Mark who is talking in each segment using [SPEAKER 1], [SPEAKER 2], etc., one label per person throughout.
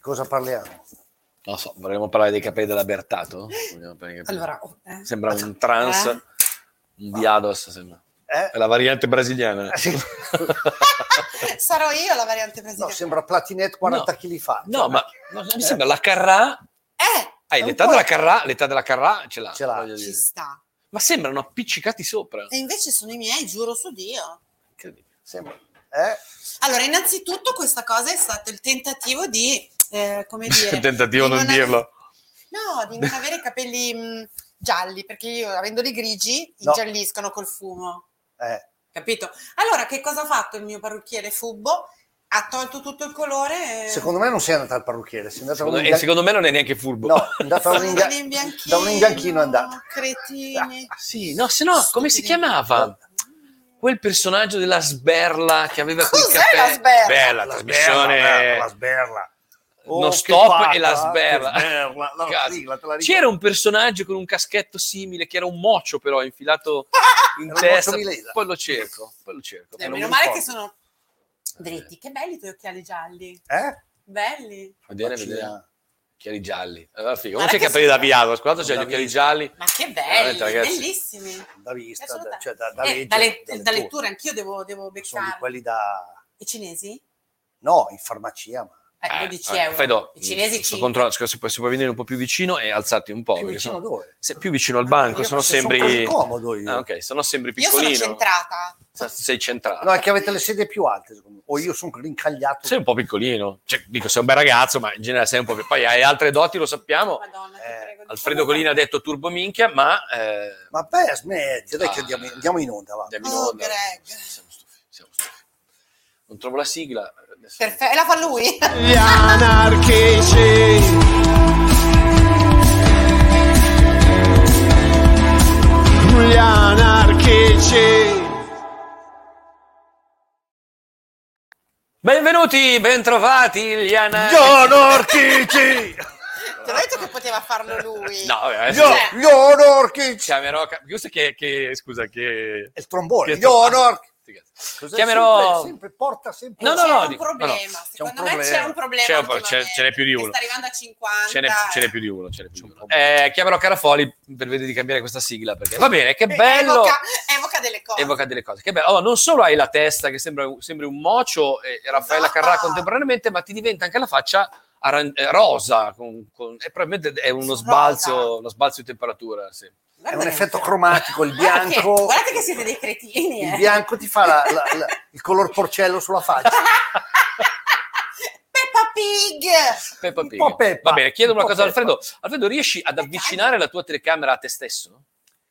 [SPEAKER 1] cosa parliamo?
[SPEAKER 2] Non so, vorremmo parlare dei capelli della Bertato? Vogliamo parlare dei capelli?
[SPEAKER 3] Allora, oh, eh.
[SPEAKER 2] sembra un trans,
[SPEAKER 3] Eh?
[SPEAKER 2] un diados, sembra.
[SPEAKER 1] Eh?
[SPEAKER 2] È la variante brasiliana.
[SPEAKER 1] Sì.
[SPEAKER 3] sarò io la variante
[SPEAKER 1] No,
[SPEAKER 3] brasiliana.
[SPEAKER 1] sembra Platinette 40 kg fa.
[SPEAKER 2] No, ma no, mi sembra la Carrà.
[SPEAKER 3] eh,
[SPEAKER 2] Hai
[SPEAKER 3] un
[SPEAKER 2] l'età
[SPEAKER 3] po'
[SPEAKER 2] della Carrà, l'età della Carrà ce l'ha.
[SPEAKER 1] Ce l'ha.
[SPEAKER 2] voglio
[SPEAKER 3] ci
[SPEAKER 2] dire.
[SPEAKER 3] sta.
[SPEAKER 2] Ma sembrano appiccicati sopra.
[SPEAKER 3] E invece sono i miei, giuro su Dio.
[SPEAKER 2] Incredibile.
[SPEAKER 1] Sembra. Eh?
[SPEAKER 3] Allora, innanzitutto questa cosa è stato il tentativo di, eh, come dire...
[SPEAKER 2] Tentativo
[SPEAKER 3] di
[SPEAKER 2] non dirlo.
[SPEAKER 3] No, di non avere i capelli mh, gialli, perché io avendoli grigi
[SPEAKER 1] No.
[SPEAKER 3] ingialliscono col fumo,
[SPEAKER 1] Eh.
[SPEAKER 3] capito? Allora, che cosa ha fatto il mio parrucchiere Fubbo? Ha tolto tutto il colore... eh,
[SPEAKER 1] Secondo me non sei andata al parrucchiere, sei andata
[SPEAKER 2] Secondo,
[SPEAKER 1] da un
[SPEAKER 2] e
[SPEAKER 1] inga-
[SPEAKER 2] secondo me non è neanche furbo.
[SPEAKER 1] No, è andata da un, inga-
[SPEAKER 3] Andare in bianchino,
[SPEAKER 1] da un inganchino è Ah, andata.
[SPEAKER 3] Cretini.
[SPEAKER 2] Sì, no, se no, come si
[SPEAKER 3] Stupidi.
[SPEAKER 2] chiamava? Quel personaggio della sberla che aveva quel
[SPEAKER 3] Cos'è
[SPEAKER 2] capello.
[SPEAKER 3] la sberla?
[SPEAKER 2] Bella
[SPEAKER 1] La
[SPEAKER 2] trasmissione.
[SPEAKER 1] sberla, la sberla. Oh,
[SPEAKER 2] Uno
[SPEAKER 1] che
[SPEAKER 2] stop e
[SPEAKER 1] pata,
[SPEAKER 2] la
[SPEAKER 1] che
[SPEAKER 2] sberla.
[SPEAKER 1] sberla. No,
[SPEAKER 2] Cazzo.
[SPEAKER 1] sì, la- te la ricordo.
[SPEAKER 2] C'era un personaggio con un caschetto simile che era un moccio però infilato in
[SPEAKER 1] Era un
[SPEAKER 2] testa.
[SPEAKER 1] moccio milese.
[SPEAKER 2] Poi lo cerco, poi lo cerco.
[SPEAKER 3] Eh,
[SPEAKER 1] non
[SPEAKER 3] meno
[SPEAKER 1] mi
[SPEAKER 3] male
[SPEAKER 1] ricordo.
[SPEAKER 3] che sono dritti. Che belli i tuoi occhiali gialli.
[SPEAKER 1] Eh?
[SPEAKER 3] Belli.
[SPEAKER 2] Vedere,
[SPEAKER 1] Faccina.
[SPEAKER 2] vedere. Occhiali gialli. Allora, figo.
[SPEAKER 3] Ma
[SPEAKER 2] Uno c'è i
[SPEAKER 3] che
[SPEAKER 2] capelli
[SPEAKER 3] sono-
[SPEAKER 2] da viato, squadra c'è gli
[SPEAKER 1] Da
[SPEAKER 2] occhiali
[SPEAKER 1] vista.
[SPEAKER 2] gialli.
[SPEAKER 3] Ma che belli,
[SPEAKER 2] Veramente, ragazzi.
[SPEAKER 3] bellissimi.
[SPEAKER 1] Da vista,
[SPEAKER 3] Adesso
[SPEAKER 1] da-
[SPEAKER 3] da-
[SPEAKER 1] cioè da, da,
[SPEAKER 3] Eh,
[SPEAKER 1] legge-
[SPEAKER 3] da, le-
[SPEAKER 1] da
[SPEAKER 3] da lettura, anch'io devo, devo
[SPEAKER 1] Sono di
[SPEAKER 3] beccare.
[SPEAKER 1] quelli da...
[SPEAKER 3] I cinesi?
[SPEAKER 1] No, in farmacia, ma
[SPEAKER 3] Eh,
[SPEAKER 2] Eh,
[SPEAKER 3] 12
[SPEAKER 2] vabbè,
[SPEAKER 3] euro.
[SPEAKER 2] fai do-
[SPEAKER 3] I cinesi
[SPEAKER 2] sto
[SPEAKER 3] 5.
[SPEAKER 2] controllando, scusa, se puoi, se puoi venire un po' più vicino e alzarti un po'.
[SPEAKER 1] più
[SPEAKER 2] perché
[SPEAKER 1] vicino
[SPEAKER 2] sono-
[SPEAKER 1] dove?
[SPEAKER 2] se più vicino al banco,
[SPEAKER 1] Io
[SPEAKER 2] sono
[SPEAKER 1] se sono
[SPEAKER 2] sembri.
[SPEAKER 1] così comodo io.
[SPEAKER 2] Ah, ok, sono sembri
[SPEAKER 3] Io sono
[SPEAKER 2] piccolino.
[SPEAKER 3] centrata.
[SPEAKER 2] Sa- sei centrale.
[SPEAKER 1] No, è che avete le sedie più alte, secondo me. O io sono rincagliato.
[SPEAKER 2] Sei un po' piccolino. Cioè, dico, sei un bel ragazzo, ma in generale sei un po' pic- Poi hai altre doti, lo sappiamo.
[SPEAKER 3] Madonna, ti
[SPEAKER 1] Eh,
[SPEAKER 3] prego.
[SPEAKER 2] Alfredo Colina ha detto turbo minchia, ma... eh,
[SPEAKER 1] Ma beh, smetti, dai che
[SPEAKER 2] Ah.
[SPEAKER 1] andiamo, andiamo in onda, va.
[SPEAKER 2] andiamo in
[SPEAKER 3] Oh,
[SPEAKER 2] onda.
[SPEAKER 3] Greg.
[SPEAKER 2] Siamo stufi, siamo stufi. Non trovo la sigla. adesso-
[SPEAKER 3] Perfetto, e la fa lui.
[SPEAKER 4] gli anarchici. Gli anarchici.
[SPEAKER 2] Benvenuti, bentrovati, gli ana-
[SPEAKER 1] Gli anarchici!
[SPEAKER 3] Ti ho detto che poteva farlo lui.
[SPEAKER 2] No, vabbè,
[SPEAKER 1] Gli,
[SPEAKER 2] adesso
[SPEAKER 3] Cioè-
[SPEAKER 1] gli anarchici!
[SPEAKER 2] chiamerò... ca- Giusto che, che- Scusa, che...
[SPEAKER 1] È il trombone,
[SPEAKER 2] che-
[SPEAKER 1] gli anarchici! Cos'è?
[SPEAKER 2] Chiamerò-
[SPEAKER 1] Sempre, sempre, porta sempre...
[SPEAKER 2] No, no,
[SPEAKER 3] c'è
[SPEAKER 2] no,
[SPEAKER 3] un
[SPEAKER 2] dico-
[SPEAKER 3] problema.
[SPEAKER 2] no, no.
[SPEAKER 3] Secondo
[SPEAKER 1] C'è un
[SPEAKER 3] me c'è
[SPEAKER 1] problema.
[SPEAKER 3] un problema.
[SPEAKER 2] C'è un po- c'è-
[SPEAKER 3] ultimamente,
[SPEAKER 2] ce n'è più di
[SPEAKER 3] che
[SPEAKER 2] uno.
[SPEAKER 3] Sta arrivando a 50.
[SPEAKER 2] Ce n'è, ce n'è più
[SPEAKER 3] eh.
[SPEAKER 2] di uno, ce n'è più di
[SPEAKER 1] un
[SPEAKER 2] uno.
[SPEAKER 1] po'
[SPEAKER 2] Eh, chiamerò Carafoli per vedere di cambiare questa sigla perché va bene, che
[SPEAKER 3] Eh,
[SPEAKER 2] bello!
[SPEAKER 3] Evoca, evoca delle cose.
[SPEAKER 2] evoca delle cose. Che bello. Allora, non solo hai la testa che sembra, sembri un mocio eh, e e Raffaella
[SPEAKER 1] Ah!
[SPEAKER 3] No.
[SPEAKER 2] Carrà contemporaneamente, ma ti diventa anche la faccia aran- eh, rosa. Con, con- è probabilmente è uno
[SPEAKER 3] Rosa.
[SPEAKER 2] sbalzo, uno sbalzo di temperatura. sì.
[SPEAKER 1] È
[SPEAKER 3] Guarda
[SPEAKER 1] un
[SPEAKER 3] che-
[SPEAKER 1] effetto cromatico, il
[SPEAKER 3] Guarda che-
[SPEAKER 1] bianco...
[SPEAKER 3] Guardate che siete dei cretini.
[SPEAKER 1] Il
[SPEAKER 3] eh.
[SPEAKER 1] bianco ti fa la- la- la- il color porcello sulla faccia.
[SPEAKER 3] Peppa Pig!
[SPEAKER 2] Peppa
[SPEAKER 1] Un
[SPEAKER 2] Pig.
[SPEAKER 1] po' Peppa,
[SPEAKER 2] Va bene, chiedo
[SPEAKER 1] un
[SPEAKER 2] una
[SPEAKER 1] po'
[SPEAKER 2] cosa ad
[SPEAKER 1] Peppa.
[SPEAKER 2] Alfredo. Alfredo, riesci ad avvicinare la tua telecamera a te stesso?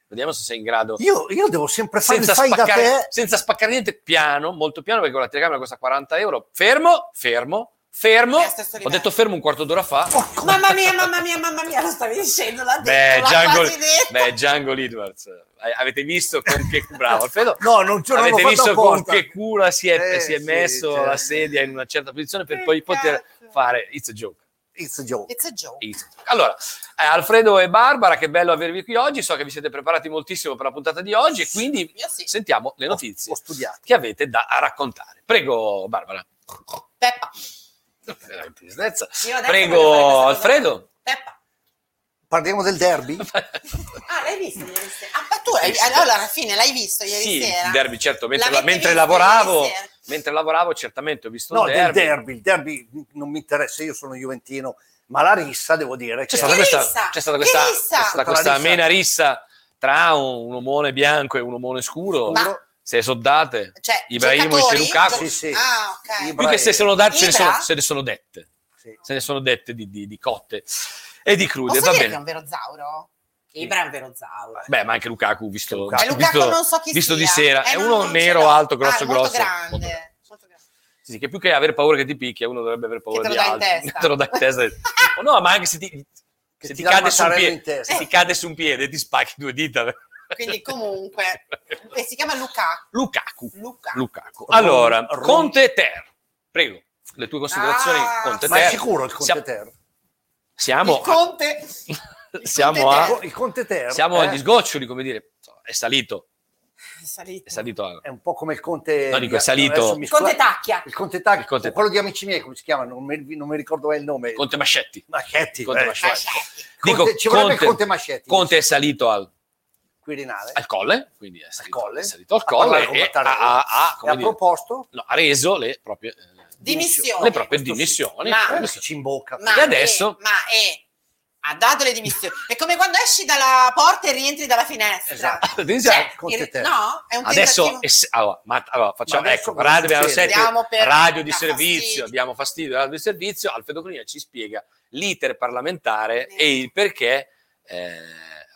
[SPEAKER 2] Vediamo se sei in grado.
[SPEAKER 1] Io, io devo sempre fare il
[SPEAKER 2] Senza
[SPEAKER 1] fai da
[SPEAKER 2] spaccare,
[SPEAKER 1] te.
[SPEAKER 2] senza spaccare niente, piano, molto piano, perché la telecamera costa 40 euro. Fermo, fermo, fermo.
[SPEAKER 3] È a stesso
[SPEAKER 2] Ho
[SPEAKER 3] livello.
[SPEAKER 2] detto fermo un quarto d'ora fa.
[SPEAKER 1] Porco-
[SPEAKER 3] Mamma mia, mamma mia, mamma mia, lo stavi dicendo, l'ha detto,
[SPEAKER 2] Beh,
[SPEAKER 3] l'ha
[SPEAKER 2] Django,
[SPEAKER 3] quasi detto.
[SPEAKER 2] beh, Django Edwards, eh, avete visto con che bravo Alfredo?
[SPEAKER 1] No, non ce l'ho
[SPEAKER 2] avete
[SPEAKER 1] fatto
[SPEAKER 2] visto con
[SPEAKER 1] apposta.
[SPEAKER 2] che cura si è,
[SPEAKER 1] Eh,
[SPEAKER 2] si è
[SPEAKER 1] sì,
[SPEAKER 2] messo
[SPEAKER 1] certo.
[SPEAKER 2] la sedia in una certa posizione per
[SPEAKER 3] Che
[SPEAKER 2] poi poter
[SPEAKER 3] cazzo.
[SPEAKER 2] fare it's a joke.
[SPEAKER 1] It's a joke.
[SPEAKER 3] It's a joke.
[SPEAKER 2] It's a joke. Allora, eh, Alfredo e Barbara, che bello avervi qui oggi. So che vi siete preparati moltissimo per la puntata di oggi e quindi
[SPEAKER 3] Io sì.
[SPEAKER 2] sentiamo le
[SPEAKER 1] Ho-
[SPEAKER 2] notizie
[SPEAKER 1] Ho studiato.
[SPEAKER 2] che avete da raccontare. Prego, Barbara.
[SPEAKER 3] Peppa.
[SPEAKER 2] Veramente di snezza.
[SPEAKER 3] Io adesso voglio fare
[SPEAKER 2] Prego,
[SPEAKER 3] questa cosa.
[SPEAKER 2] Alfredo.
[SPEAKER 3] Peppa.
[SPEAKER 1] Parliamo del derby?
[SPEAKER 3] Ah, l'hai visto ieri sera? Ah, ma tu l'hai-
[SPEAKER 2] Sì, sì.
[SPEAKER 3] allora alla fine l'hai visto ieri
[SPEAKER 2] sì,
[SPEAKER 3] sera?
[SPEAKER 2] il derby, certo, mentre,
[SPEAKER 3] L'avete
[SPEAKER 2] mentre
[SPEAKER 3] visto
[SPEAKER 2] lavoravo,
[SPEAKER 3] ieri sera?
[SPEAKER 2] mentre lavoravo, certamente ho visto
[SPEAKER 1] No,
[SPEAKER 2] il
[SPEAKER 1] del
[SPEAKER 2] derby.
[SPEAKER 1] derby. Il derby non mi interessa, io sono juventino, ma la rissa devo dire
[SPEAKER 2] C'è
[SPEAKER 1] che
[SPEAKER 2] stata,
[SPEAKER 3] Che
[SPEAKER 2] questa,
[SPEAKER 3] rissa!
[SPEAKER 2] c'è stata
[SPEAKER 3] Che
[SPEAKER 2] questa,
[SPEAKER 3] rissa!
[SPEAKER 2] c'è stata
[SPEAKER 1] Tutta la
[SPEAKER 2] questa
[SPEAKER 1] rissa.
[SPEAKER 2] amena rissa tra un, un omone bianco e un omone scuro.
[SPEAKER 3] Ma-
[SPEAKER 2] Se soldate,
[SPEAKER 3] Cioè,
[SPEAKER 2] Ibrahimovic e
[SPEAKER 3] giocatori?
[SPEAKER 2] Lukaku.
[SPEAKER 1] Sì, sì.
[SPEAKER 3] Ah, ok.
[SPEAKER 2] più che se sono date, se ne sono,
[SPEAKER 3] Ibra?
[SPEAKER 2] se ne sono dette.
[SPEAKER 1] Sì.
[SPEAKER 2] Se ne sono dette di, di- di cotte e di crude.
[SPEAKER 3] Posso
[SPEAKER 2] Va
[SPEAKER 3] dire
[SPEAKER 2] bene.
[SPEAKER 3] che è un vero zauro? Ibra è un vero zauro.
[SPEAKER 2] Beh, ma anche Lukaku, visto,
[SPEAKER 1] Lukaku.
[SPEAKER 3] Eh, Lukaku
[SPEAKER 2] visto-
[SPEAKER 3] non so chi
[SPEAKER 2] visto
[SPEAKER 3] sia.
[SPEAKER 2] di sera,
[SPEAKER 3] Eh,
[SPEAKER 2] è
[SPEAKER 3] non-
[SPEAKER 2] uno
[SPEAKER 3] non ce
[SPEAKER 2] nero,
[SPEAKER 3] l'ho.
[SPEAKER 2] alto, grosso,
[SPEAKER 3] Ah, molto
[SPEAKER 2] grosso.
[SPEAKER 3] Grande.
[SPEAKER 2] Molto-
[SPEAKER 3] Molto grande.
[SPEAKER 2] Sì, sì, che più che aver paura che ti picchia, uno dovrebbe aver paura
[SPEAKER 3] Che te
[SPEAKER 2] di
[SPEAKER 3] lo dai in
[SPEAKER 2] altri.
[SPEAKER 3] testa.
[SPEAKER 2] Te lo dai in testa. Oh, no, ma anche se ti,
[SPEAKER 1] Che ti
[SPEAKER 2] se ti
[SPEAKER 1] dà il
[SPEAKER 2] cade su un
[SPEAKER 1] mattarello
[SPEAKER 2] piede,
[SPEAKER 1] in testa.
[SPEAKER 2] se ti cade su un piede, ti spacchi due dita.
[SPEAKER 3] Quindi comunque, e si chiama Luca.
[SPEAKER 2] Lukaku.
[SPEAKER 3] Luca.
[SPEAKER 2] Lukaku.
[SPEAKER 1] Ron-
[SPEAKER 2] Allora,
[SPEAKER 1] Ron-
[SPEAKER 2] Conte Ter. Prego, le tue considerazioni
[SPEAKER 3] Ah,
[SPEAKER 2] Conte
[SPEAKER 1] Ma è
[SPEAKER 2] Ter.
[SPEAKER 1] sicuro il Conte
[SPEAKER 2] Siamo-
[SPEAKER 1] Ter?
[SPEAKER 2] Siamo,
[SPEAKER 3] Il Conte. Conte
[SPEAKER 2] siamo a-
[SPEAKER 3] Ter.
[SPEAKER 1] Ecco, Il Conte Ter?
[SPEAKER 2] siamo
[SPEAKER 1] eh?
[SPEAKER 2] agli sgoccioli, come dire, è salito.
[SPEAKER 3] È salito.
[SPEAKER 2] È salito a-
[SPEAKER 1] È un po' come il conte.
[SPEAKER 2] No, dico, è salito.
[SPEAKER 1] adesso mi
[SPEAKER 3] Il Conte
[SPEAKER 1] scusa-
[SPEAKER 3] Tacchia.
[SPEAKER 1] Il conte Tacchi,
[SPEAKER 2] Il Conte-
[SPEAKER 1] o quello di amici miei, come si chiama? Non mi, non mi ricordo mai il nome.
[SPEAKER 2] Conte Mascetti.
[SPEAKER 1] Mascetti.
[SPEAKER 2] Conte
[SPEAKER 1] eh.
[SPEAKER 2] Mascetti.
[SPEAKER 3] certo,
[SPEAKER 1] Conte-
[SPEAKER 2] Dico,
[SPEAKER 1] ci vorrebbe il Conte Mascetti.
[SPEAKER 2] Conte Ah, è salito al,
[SPEAKER 1] Quirinale.
[SPEAKER 2] al colle, quindi è salito,
[SPEAKER 1] colle.
[SPEAKER 2] è salito al
[SPEAKER 1] A parlare
[SPEAKER 2] colle
[SPEAKER 1] con
[SPEAKER 2] e ha,
[SPEAKER 1] Mattarella.
[SPEAKER 2] ha- ha-
[SPEAKER 1] E
[SPEAKER 2] come
[SPEAKER 1] ha
[SPEAKER 2] dire,
[SPEAKER 1] proposto
[SPEAKER 2] no, ha reso le proprie, eh,
[SPEAKER 3] Dimissioni.
[SPEAKER 2] le proprie
[SPEAKER 1] Questo sì.
[SPEAKER 2] dimissioni.
[SPEAKER 3] Ma-
[SPEAKER 1] eh, si ci imbocca.
[SPEAKER 2] E adesso?
[SPEAKER 3] eh, ma eh, ha dato le dimissioni. È come quando esci dalla porta e rientri dalla finestra.
[SPEAKER 1] Esatto.
[SPEAKER 2] Attenzione,
[SPEAKER 3] Cioè,
[SPEAKER 1] Conte
[SPEAKER 3] il-
[SPEAKER 1] terzo.
[SPEAKER 3] no, è un
[SPEAKER 2] Adesso,
[SPEAKER 3] tentativo-
[SPEAKER 2] es- allora, ma- allora, facciamo,
[SPEAKER 1] Ma adesso
[SPEAKER 2] ecco,
[SPEAKER 1] cosa
[SPEAKER 2] radio, abbiamo
[SPEAKER 1] succede?
[SPEAKER 2] sette-
[SPEAKER 3] Andiamo per-
[SPEAKER 2] radio di
[SPEAKER 3] da
[SPEAKER 2] servizio,
[SPEAKER 3] fastidio.
[SPEAKER 2] abbiamo fastidio, radio di servizio, Alfredo Cunina ci spiega l'iter parlamentare e il perché eh,